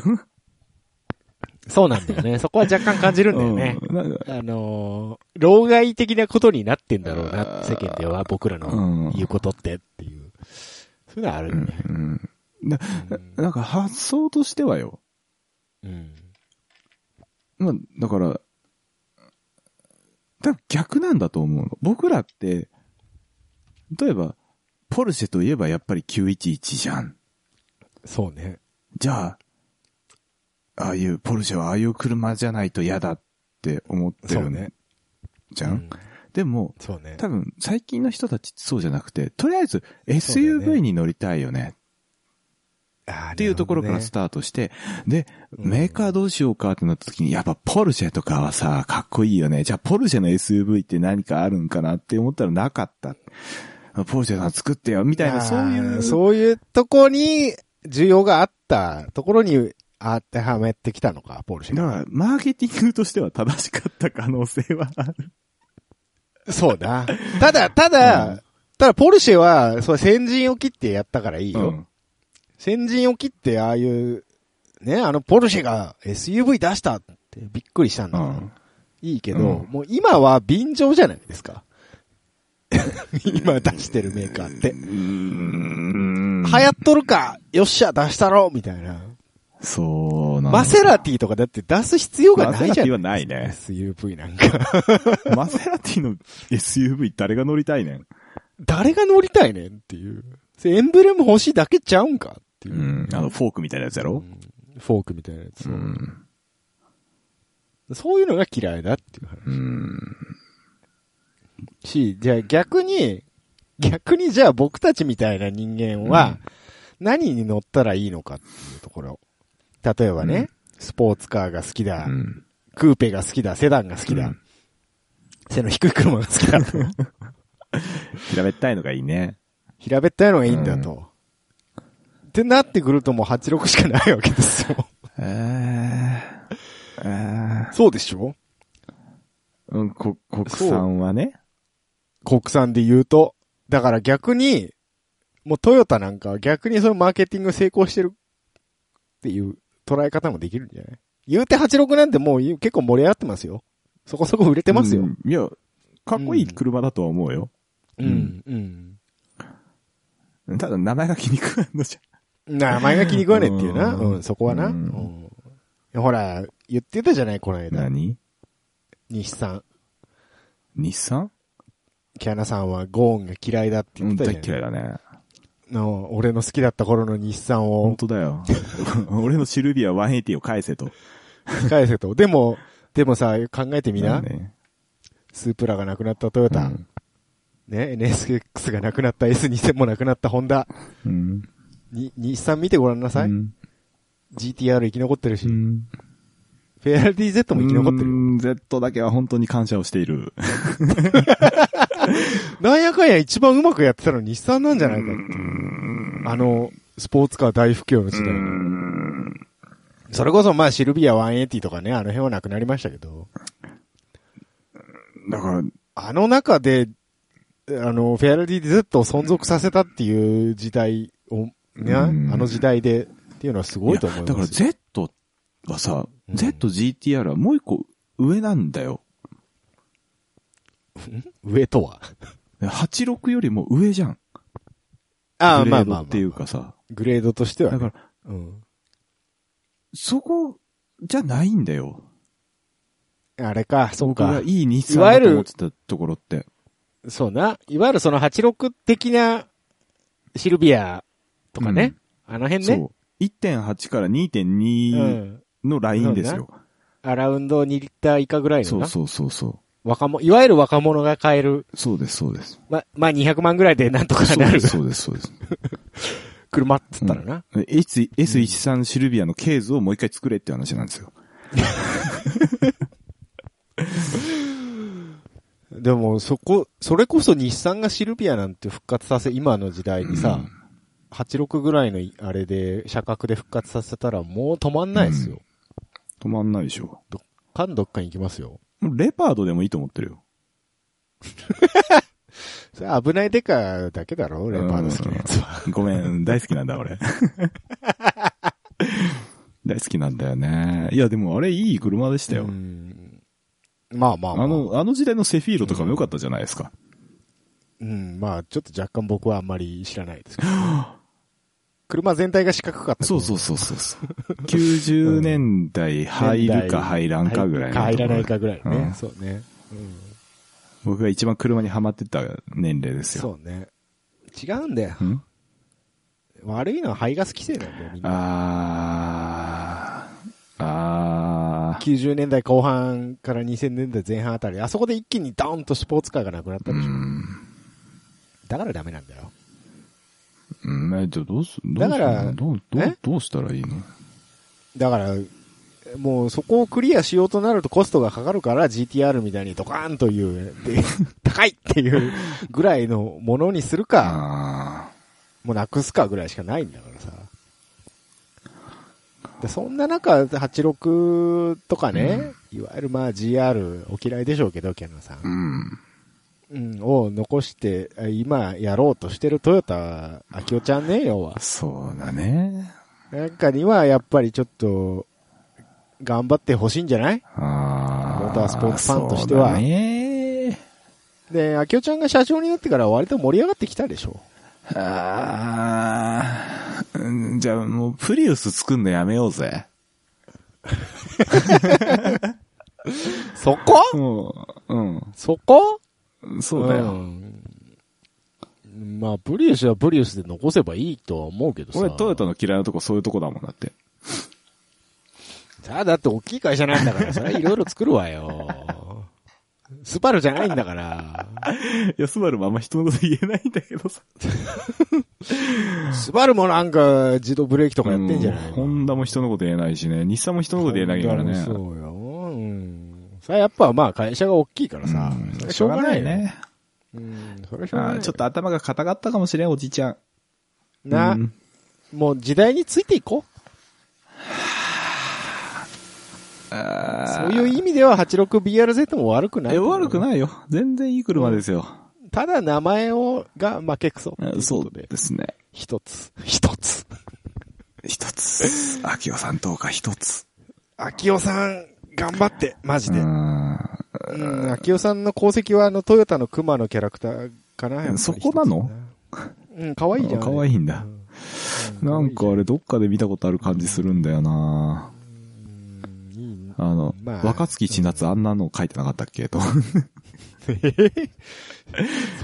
A: そうなんだよね。そこは若干感じるんだよね。
B: うんなんか
A: あのー、老害的なことになってんだろうな、世間では僕ら
B: うん
A: の言うことってっていう。そういうのはある
B: う
A: よ
B: ん
A: ね。
B: うんな
A: う
B: なんか発想としてはよ。
A: うん。
B: まあ、だから、多分逆なんだと思うの。僕らって、例えば、ポルシェといえばやっぱり911じゃん。
A: そうね。
B: じゃあ、ああいう、ポルシェはああいう車じゃないと嫌だって思って
A: そう
B: る
A: ね
B: ね。じゃん、
A: うん
B: でも、
A: そうね。
B: 多分、最近の人たちってそうじゃなくて、とりあえず
A: そうだよね
B: SUV に乗りたいよね
A: っ
B: っていうところからスタートして、で、
A: うん
B: メーカーどうしようかってなった時に、やっぱポルシェとかはさ、かっこいいよね。じゃあポルシェの SUV って何かあるんかなって思ったらなかった。ポルシェさん作ってよ、みたいな、そういう。
A: そういうとこに、需要があったところに当てはめてきたのか、ポルシェ
B: だ
A: が。
B: から、マーケティングとしては正しかった可能性はある。
A: そう だ。ただ、た
B: う
A: だ、ただ、ポルシェは、そう、先陣を切ってやったからいいよ。
B: うん
A: 先陣を切って、ああいう、ね、あの、ポルシェが SUV 出したってびっくりしたんだ
B: う
A: から。
B: ん。
A: いいけど、
B: うん
A: もう今は便乗じゃないです か。今出してるメーカーって。
B: うん。
A: 流行っとるかよっしゃ、出したろみたいな。
B: そうなんだ
A: マセラティとかだって出す必要がないじゃん。
B: マセラティはないね
A: SUV なんか。
B: マセラティの SUV 誰が乗りたいねん。
A: 誰が乗りたいねんっていう。それエンブレム欲しいだけちゃうんかっていうう。
B: ん。あの、フォークみたいなやつやろ
A: フォークみたいなやつ、
B: うん。
A: そういうのが嫌いだっていう話。
B: うん。
A: し、じゃあ逆に、逆にじゃあ僕たちみたいな人間は、何に乗ったらいいのかっていうところ。例えばね、
B: うん
A: スポーツカーが好きだ、
B: うん。
A: クーペが好きだ、セダンが好きだ、
B: うん
A: 背の低い車が好きだと。
B: 平べったいのがいいね。
A: 平べったいのがいいんだと。ってなってくるともう86しかないわけですよ。
B: えー、え ー
A: そうでしょ
B: うん、こ、国産はね。
A: 国産で言うと。だから逆に、もうトヨタなんかは逆にそのマーケティング成功してるっていう捉え方もできるんじゃない言うて86なんてもう結構盛り上がってますよ。そこそこ売れてますよ。
B: うん。いや、かっこいい車だとは思うよ。
A: うん、うん。
B: ただ名前が気に食わんのじ
A: 名前が気に食わねえっていうな。
B: うん
A: うん、そこはな。う
B: うん
A: んほら、言ってたじゃないこの
B: ゃ。
A: 間。
B: 何
A: 日産。
B: 日産
A: キャナさんはゴーンが嫌いだって
B: う
A: 言っ
B: ん、
A: てた
B: 大
A: じゃ
B: っ
A: ない
B: 嫌いだね。
A: の、俺の好きだった頃の日産
B: 本
A: を
B: 当だよ。 俺のシルビア180を返せと。
A: 返せと。で も、でもさ、考えてみな。
B: ね。
A: スープラがなくなったトヨ
B: う
A: タ。
B: ん
A: ね、NSX がなくなった S2000 もなくなったホンダ。
B: うん。
A: に、日産見てごらんなさい。
B: うん。
A: GTR 生き残ってるし。フ
B: ん。
A: ェアラディ Z も生き残ってるよ。
B: うん Z だけは本当に感謝をしている。
A: なんやかんや一番うまくやってたの日産なんじゃないかっていうあの、スポーツカー大不況の時代に。それこそまあシルビア180とかね、あの辺はなくなりましたけど。
B: だから、
A: あの中で、あの、フェアラディ Z を存続させたっていう時代を、ね、あ
B: うん
A: の時代でっていうのはすごいと思い
B: や
A: ます
B: だ
A: よ。
B: から Z はさ、
A: うん
B: ZGTR はもう一個上なんだよ。
A: 上とは。
B: 86よりも上じゃん。
A: ああ、
B: グレ
A: まあまあ
B: ード
A: まあ。
B: っていうかさ。
A: グレードとしては
B: だ
A: ね、
B: から、
A: うん。
B: そこじゃないんだよ。
A: あれか、そう
B: 僕が
A: か。
B: いい日産だと思ってたところって。
A: そうな。いわゆるその86的なシルビアとかね。あの辺
B: そ
A: ね。
B: う。1.8から
A: う
B: 2.2
A: ん。
B: のラインですよ。
A: アラウンド2リッター以下ぐらいの
B: そう
A: な。
B: そうそうそう。
A: 若者、いわゆる若者が買える、
B: そうです、そうです。
A: ま、まあ、200万ぐらいでなんとか
B: そう
A: な
B: で
A: る
B: す、そうです、そうです。
A: 車っつったらな。
B: S- S13 シルビアのケーズをもう一回作れって話なんですよ。
A: でも、そこ、それこそ日産がシルビアなんて復活させ、今の時代にさ、86ぐらいのあれで、社格で復活させたらもう止まんないですよ。
B: う止まんないでしょ。
A: かんどっかに行きますよ。
B: レパードでもいいと思ってるよ。
A: それ危ないデカだけだろレパード好きなやつは。
B: ごめん、大好きなんだ、 俺。大好きなんだよね。いや、でもあれいい車でしたよ。
A: うんまあまあまあ。
B: あの、あの時代のセフィーロとかも良かったじゃないですか。
A: うん、まあ、ちょっと若干僕はあんまり知らないですけど。 車全体が四角かった。
B: そうそうそうそうそう。90年代入るか入らんかぐらいのところ
A: 入らないかぐらいね。
B: うん
A: そうね。うん
B: 僕が一番車にハマってた年齢ですよ。
A: そうね。違うんだよ。
B: ん
A: 悪いのは排ガス規制なんだよ、みんな。
B: あー。あー。
A: 90年代後半から2000年代前半あたり、あそこで一気にダーンとスポーツカーがなくなった
B: う
A: でしょ。
B: ん。
A: だからダメなんだよ。
B: うん、えじゃあどうす、ど
A: だ
B: うす
A: から
B: どう、どう
A: え、
B: どうしたらいいの
A: だから、もうそこをクリアしようとなるとコストがかかるから GTR みたいにドカーンという、 で高いっていうぐらいのものにするか、
B: あ
A: もうなくすかぐらいしかないんだからさ。でそんな中、86とかね、いわゆるまあ GR お嫌いでしょうけど、キャナさん
B: ー。うん。
A: うん、を残して、え今やろうとしてるトヨタ、アキオちゃんね、要は。
B: そうだね。
A: なんかにはやっぱりちょっと、頑張ってほしいんじゃない
B: あー。
A: モータースポーツファンとしては
B: そうだね。
A: で、アキオちゃんが社長になってから割と盛り上がってきたでしょ。
B: あー。うんじゃあもう、プリウス作んのやめようぜ。
A: そこ
B: もう、う
A: そこ
B: ん。そうだよ。
A: んまあ、ブリウスはブリウスで残せばいいとは思うけどさ。
B: 俺、トヨタの嫌いなとこそういうとこだもんだって。
A: さあ、だって大きい会社なんだから、そ れはいろいろ作るわよ。スパルじゃないんだから。
B: いや、スバルもあんま人のこと言えないんだけどさ。
A: スバルもなんか自動ブレーキとかやってんじゃない
B: うんホンダも人のこと言えないしね。日産も人のこと言えないからね。
A: そうよ。うん。さあ、やっぱまあ会社が大きいからさ。それ
B: うん
A: は
B: しょうがない。ね。
A: うん、それはしょうが
B: あ
A: ない
B: ー
A: よ。
B: ちょっと頭が硬かったかもしれん、おじちゃん。
A: な、
B: うん
A: もう時代についていこう。そういう意味では 86BRZ も悪くない。
B: え、悪くないよ。全然いい車ですよ。
A: ただ名前を、が負けくそ。
B: うんそ
A: ということで。
B: ですね。
A: 一つ。一つ。
B: 一つ。秋尾さんどうか一つ。
A: 秋尾さん、頑張って、マジ
B: う
A: で。
B: ん。
A: うん、秋尾さんの功績はあのトヨタのクマのキャラクターかな。やっぱり
B: そこなの
A: うん、可愛いじゃん。
B: あ可愛いんだ
A: う。
B: なんかあれ、どっかで見たことある感じするんだよな
A: うんいい
B: あの、
A: まあ
B: 若月千夏あんなの書いてなかったっ けと。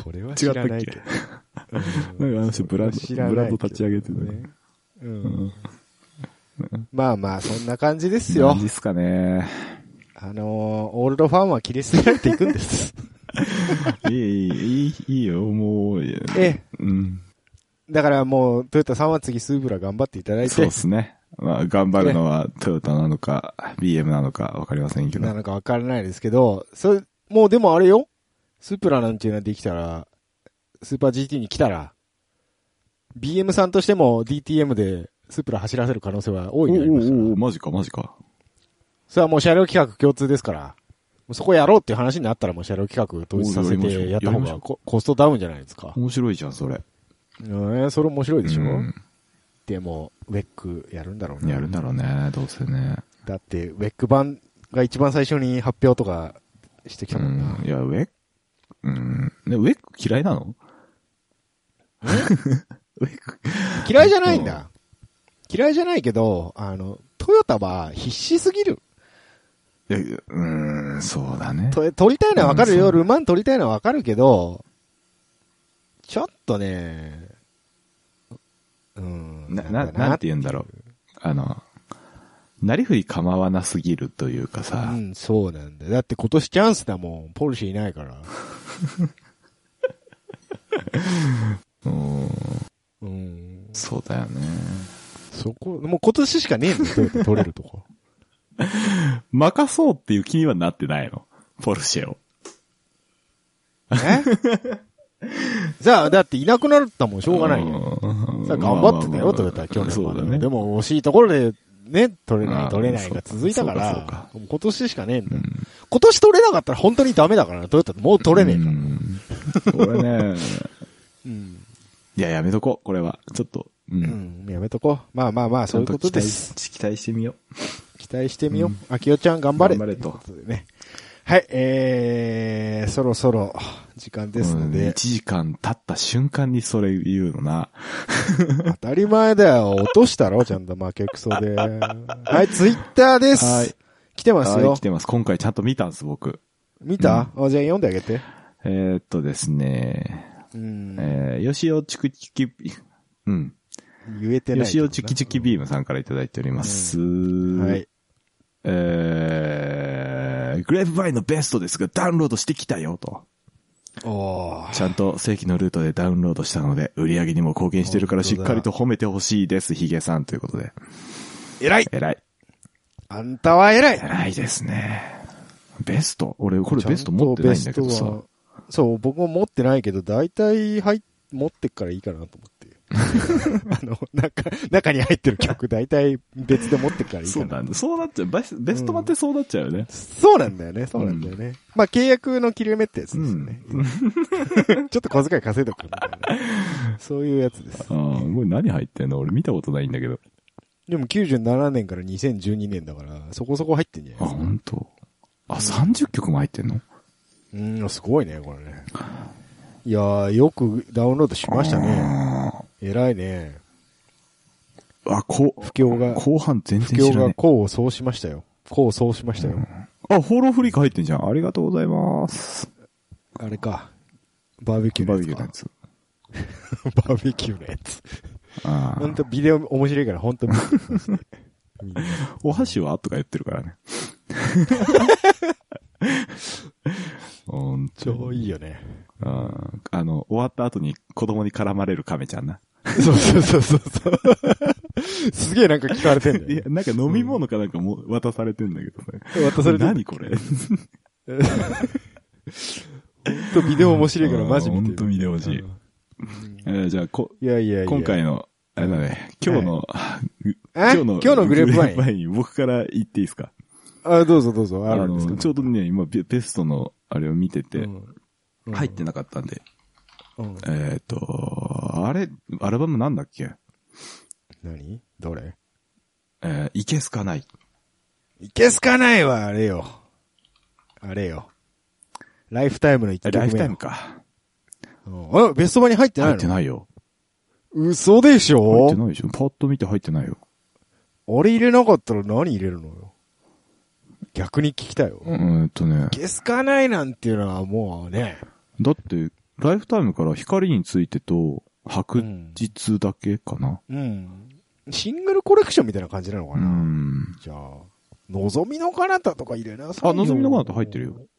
A: それは知らないけど。
B: なんかあの人ブランド、
A: 知
B: ブ
A: らないけど
B: ランド立ち上げてるね。
A: ね。うん。まあまあ、そんな感じですよ
B: 何。ですかね。
A: あのー、オールドファンは切り捨てられていくんです。
B: いい、いい、いいいいよ、も う。
A: ええ。
B: うん。
A: だからもう、トヨタさんは次スーブラ頑張っていただい
B: そ
A: て
B: うで、すね。まあ、頑張るのはトヨタなのか、BM なのかわかりませんけど
A: な。のかわからないですけど、それ、もうでもあれよ。スープラなんていうのができたら、スーパー GT に来たら、BM さんとしても DTM でスープラ走らせる可能性は
B: お
A: 大
B: お
A: いにありますから
B: おおマジか、マジか。
A: それはもう車両企画共通ですから、もうそこやろうっていう話になったらもう車両企画統一させ
B: おうやりましょ
A: て
B: う
A: やった方
B: やりましょ
A: が
B: う
A: ココストダウンじゃないですか。
B: 面白いじゃん、それ。
A: えーそれ面白いでしょ、
B: うん
A: でも、ウェックやるんだろうな。
B: やるんだろうね、どうせね。
A: だって、ウェック版が一番最初に発表とかしてき
B: う
A: たもんな。
B: ん。いや、ウェック、うん。ね、ウェック嫌いなのウェック。
A: 嫌いじゃないんだ。嫌いじゃないけど、あの、トヨタは必死すぎる。
B: いやうん、そうだね。
A: と取りたいのはわかる
B: うんそ
A: よ。
B: う
A: ルマン取りたいのはわかるけど、ちょっとね、うん。
B: な、な、なんて言うんだろう。あの、なりふり構わなすぎるというか
A: う
B: さ、
A: ん、そうなんだよ。だって今年チャンスだもん。ポルシェいないから。
B: うん、
A: うん。
B: そうだよね。
A: そこ、もう今年しかねえんだよ。取れ取れると こ。
B: 任そうっていう気にはなってないの。ポルシェを。
A: えじゃあ、だっていなくなったもん、しょうがないよ。
B: ん
A: さあ、頑張ってたよ、と
B: ま
A: だ
B: あ
A: ったら
B: まあ
A: 去年
B: そ
A: ま
B: う
A: で
B: だ。ね
A: で。も惜しいところで、ね、取れな
B: あ
A: い、
B: あ
A: 取れないが続いたか
B: そうかそ
A: ら、
B: う
A: もう今年しかねえんだよ
B: う。ん
A: 今年取れなかったら本当にダメだからな、トヨタってもう取れねえから。
B: うんこれね、
A: うん。
B: いや、やめとこう、これは。ちょっと、う。
A: うんん、やめとこう。まあまあまあ、そういうことです。
B: ちゃんと期待し。期待してみよう。
A: 期待してみよう。あきおちゃん頑張れ。
B: 頑張れと
A: いうことでね。はい、えー、そろそろ、時間ですの
B: うん
A: で
B: 1、時間経った瞬間にそれ言うのな。
A: 当たり前だよ。落としたろ、ちゃんと負けくそ で。はい、ツイッターです。
B: はい
A: 来てます
B: は
A: よ
B: い来。てます。今回ちゃんと見たんです、僕。
A: 見た、あじゃあ読んであげて。
B: えーっとですね、
A: うん。
B: えー、吉尾チクチキ、うん。
A: 言えてない。
B: 吉尾チキチキビームさんからいただいております。
A: はい。
B: えー、グレープバインのベストですが、ダウンロードしてきたよ、と。
A: おー
B: ちゃんと正規のルートでダウンロードしたので、売り上げにも貢献してるからしっかりと褒めてほしいです、ヒゲさんということで。
A: 偉い
B: 偉い。
A: あんたは偉い
B: 偉いですね。ベスト俺、これベスト持ってないんだけど
A: ちゃん
B: さ
A: とベ。ストはそう、僕も持ってないけど、大体入っ、持ってっからいいかなと思 って。あの、中、中に入ってる曲、大体別で持ってっからいいか
B: そう
A: な。
B: なんだ。そうなっちゃう。ベスベスト版ってそうなっちゃうよね。
A: そうなんだよね、そうなんだよね。まあ、契約の切れ目ってやつですね。 ちょっと小遣い稼いどくみたいな。そういうやつです。
B: ああ、これ何入ってんの俺見たことないんだけど。
A: でも97年から2012年だから、そこそこ入ってんじゃ
B: あ、
A: ないですか。
B: 本当。あ、30曲も入ってんの
A: うん、すごいね、これね。いやー、よくダウンロードしましたね。
B: あ
A: 偉いね。
B: ーあ、こ、
A: 不況が、
B: 後半全
A: 不
B: 然
A: 況
B: 知らな
A: が
B: い。
A: 功を奏しましたよ。功を奏しましたよ。
B: あ、フォローフリーク入ってんじゃん。ありがとうございます。
A: あれか。バーベキュー
B: バ
A: の
B: ーベキュ
A: や
B: ーのや
A: つ
B: つ。
A: か。バーベキューのやつ。
B: あ
A: ほん
B: あ。
A: とビデオ面白いから、ほんと見てくださいみんな
B: お箸はとか言ってるから ね。ほん
A: 超
B: と。
A: いいよね。
B: あーあの、終わった後に子供に絡まれる亀ちゃんな。
A: そうそうそうそうそう。すげえなんか聞かれてんだ
B: いや
A: よ、、ね。
B: なんか飲み物かなんかも渡されてんだけどね。
A: 渡されてる
B: 何こ
A: ほ
B: れ
A: んとビデオ面白いからマジ見て
B: ほんと見てほしいえーじゃあ、こ、
A: いやいやいや。
B: 今回の、あれだね、今日の、
A: え今日のグレープワイン
B: グレン僕から言っていいですか
A: あ、どうぞどうぞ。あ
B: あ
A: るんです
B: の、
A: か
B: ちょうどね、今、ベベストの、あれを見てて、
A: うん
B: 入ってなかったんで、
A: うん
B: えっと、あれ、アルバムなんだっけ
A: 何どれ
B: えーいけすかない。
A: いけすかないはあれよ。あれよ。ライフタイムの一曲目。
B: ライフタイムか。
A: うん。あ、ベスト版に入ってない
B: 入
A: の
B: ってないよ。
A: 嘘でし
B: 入って
A: ょ
B: ないでしょ。パッと見て入ってないよ。
A: あれ入れなかったら何入れるのよ。逆に聞きたいよ。
B: うーんとね
A: い。けすかないなんていうのはもうね。
B: だって、ライフタイムから光についてと、白日だけかな。
A: うん。シングルコレクションみたいな感じなのか
B: う
A: な。
B: ん。
A: じゃあ、望みの彼方とか入れなさいよ。
B: あ、望みのと入ってるよ。
A: えー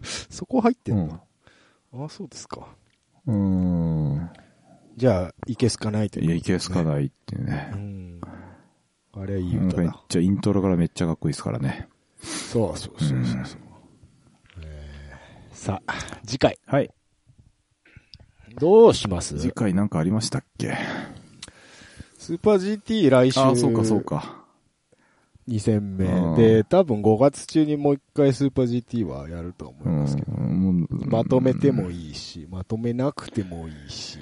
A: そこ入って
B: うん
A: だ
B: ん。。
A: あ、そうですか。
B: うーん。
A: じゃあ、いけすかないという
B: い
A: こ
B: や、
A: と
B: いけすかないってね
A: う。ん。あれはいい
B: なんか
A: 歌
B: めっ
A: だ。
B: ちゃイントロからめっちゃかっこいいですからね。
A: そうそうそうそうそう、えーさあ、次回。
B: はい。
A: どうします
B: 次回なんかありましたっけ
A: スーパー GT 来週。
B: あ、そうかそう。か。
A: 2戦
B: うん
A: 目。で、多分5月中にもう一回スーパー GT はやると思いますけど。
B: うん
A: まとめてもいいし、まとめなくてもいいし、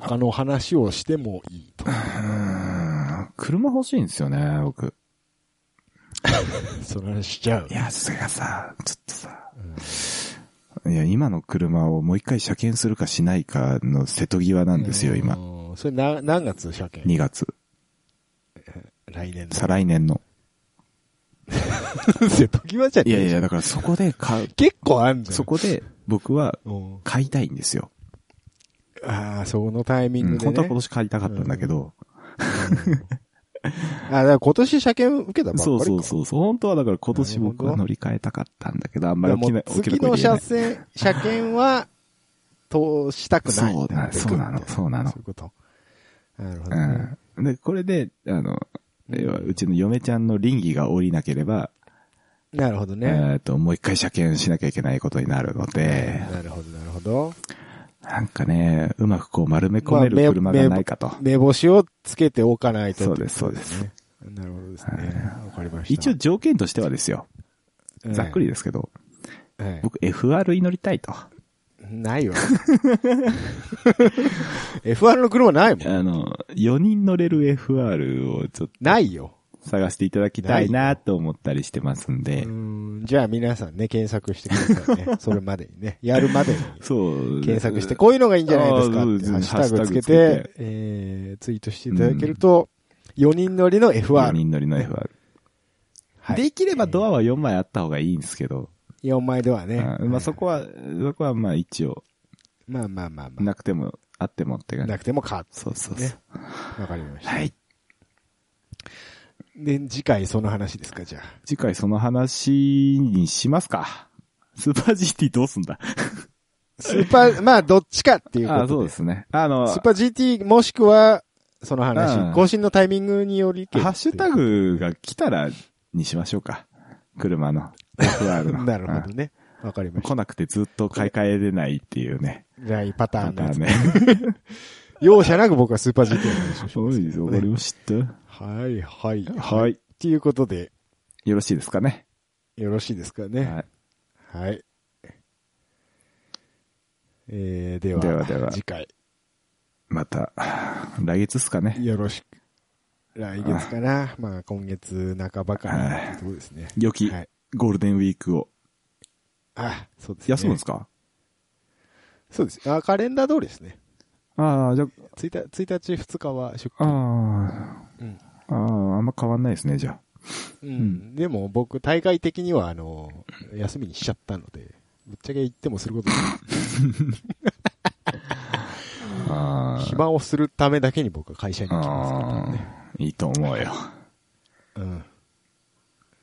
A: 他の話をしてもい いと。
B: うん車欲しいんですよね、僕。
A: その話しちゃう
B: い。や、それがさ、ちょっとさ、いや、今の車をもう一回車検するかしないかの瀬戸際なんですよ、今。
A: 今。それな、何月車検
B: 2月。
A: 来年
B: 再来年の。
A: の。瀬戸際じゃ
B: い
A: ねえ
B: やいや、だからそこで買う、
A: 結構あんじゃん。
B: そこで僕は
A: うん
B: 買いたいんですよ。
A: ああ、そのタイミン
B: う
A: グ
B: ん
A: でね。
B: 本当は今年買いたかったんだけど、
A: あ、だから今年車検受けたばっかりか。
B: そうそうそうそう。本当はだから今年僕は
A: なる
B: 乗り換えたかったんだけど、あんま
A: で
B: り
A: も
B: 起きない、起きな
A: 次
B: く
A: の
B: 言えな
A: 車
B: い。
A: 線、車検は、通したくない。
B: そうなそうなのそうなの
A: そういうこと。なるほどね、
B: うん。で、これで、あの、要はうちの嫁ちゃんの倫理が降りなければ、
A: なるほど
B: え
A: ね。
B: ーっと、もう一回車検しなきゃいけないことになるので、
A: なるほど、なるほど。
B: なんかね、うまくこう丸め込め
A: まあ
B: る
A: め
B: 車がないかと。
A: 目星をつけておかないと。
B: そうです、そうです。
A: ね。なるほどですね。わかりました。
B: 一応、条件としてはですよ。ざっくり
A: で
B: ですけど、
A: す。ええ
B: 僕 FR に乗りたいと。
A: ないわ。F1 の車ないもん。
B: あの、4人乗れる FR をちょっと
A: ないよ。
B: 探していただきたいなと思ったりしてますん
A: う
B: で。
A: ーんじゃあ皆さんね、検索してくださいね。それまでにね。やるまでに。
B: そう。
A: 検索して、こういうのがいいんじゃないですかって
B: あ
A: ハ
B: あ
A: ッ
B: そ
A: シ
B: う
A: ュ
B: です
A: タグつけ
B: ハッシュタグつけ
A: て、えー、ツイートしていただけると、4人乗りの
B: 4
A: FR。
B: 人乗りの FR。
A: はい
B: できればドアは4枚あった方がいいんですけど。
A: 4枚ドアね。
B: うんまあそこは、そこはまあ一応、
A: まあまあまあま
B: なくてもあってもって
A: あ。
B: 感じ
A: な。くてもカー
B: そうそう
A: ね
B: そう。
A: わかりました。
B: はい。
A: で、次回その話ですか、じゃあ。
B: 次回その話にしますか。スーパー GT どうすんだ
A: スーパー、ま あ、どっちかっていうこ
B: あ、そ
A: と
B: う
A: で
B: で。すね。あの、
A: スー
B: ハ
A: パー GT もしくは、その
B: うん
A: 話。更新のタイミングによりけり
B: ッシュタグが来たらにしましょうか。車の。FR の。
A: なるほ
B: う
A: ど
B: ん
A: ね。わかりまし
B: 来なくてずっと買い替えれないっていうね。
A: た。じゃあ、いいパター
B: ま
A: ンの
B: た
A: やつ。
B: ね。
A: 容赦なく僕はスーパー GT の話を し
B: そう
A: ます
B: ですよ。わかりました。
A: はい、はい。
B: はい。
A: ということで、
B: よろしいですかね。
A: よろしいですかね。
B: はい。
A: はい。えー、では、
B: ではでは
A: 次回、
B: また、来月っすかね。
A: よろしく。来月かな。まあ、今月半ばか
B: あ
A: な。そうですね。
B: 良き
A: はい。
B: ゴールデンウィークを。
A: あ、そうですね。
B: 休むんですか
A: そうです。あ、カレンダー通りですね。
B: ああ、じゃ
A: 1日、1日、2日は出
B: あ、あ
A: 勤。うん
B: あ、ああ、あんま変わんないですね、じゃ
A: うん。でも僕、大会的には、あの、休みにしちゃったので、ぶっちゃけ行ってもすることない。
B: あ。ああ
A: 暇をするためだけに僕は会社に行きますから
B: あ
A: ね。
B: あ、いいと思うよ。
A: うん。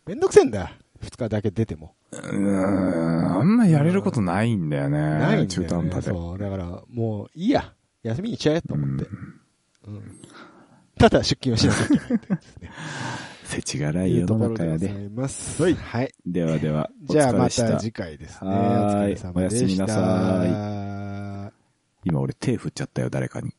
A: めんどくせえんだ。二日だけ出ても。
B: うーん、あんまやれることないんだよね。
A: ないんだ
B: 中
A: よ
B: 途半
A: ね。
B: 端で。
A: そう。だから、もう、いいや。休みにしちゃえと思って。うん。ただ出勤をしなきゃいけないっていうですね。
B: せちがら
A: と
B: い
A: いう
B: 世
A: とこ
B: の
A: ろ
B: 中
A: でご
B: や
A: ざ
B: で。
A: います。はい。
B: ではでは、お
A: じゃあ
B: 疲
A: ま
B: れしたた。
A: 次回ですね。お
B: はー
A: 疲
B: い
A: れ様でした。
B: おやすみな
A: さい。
B: 今俺手振っちゃったよ、誰かに。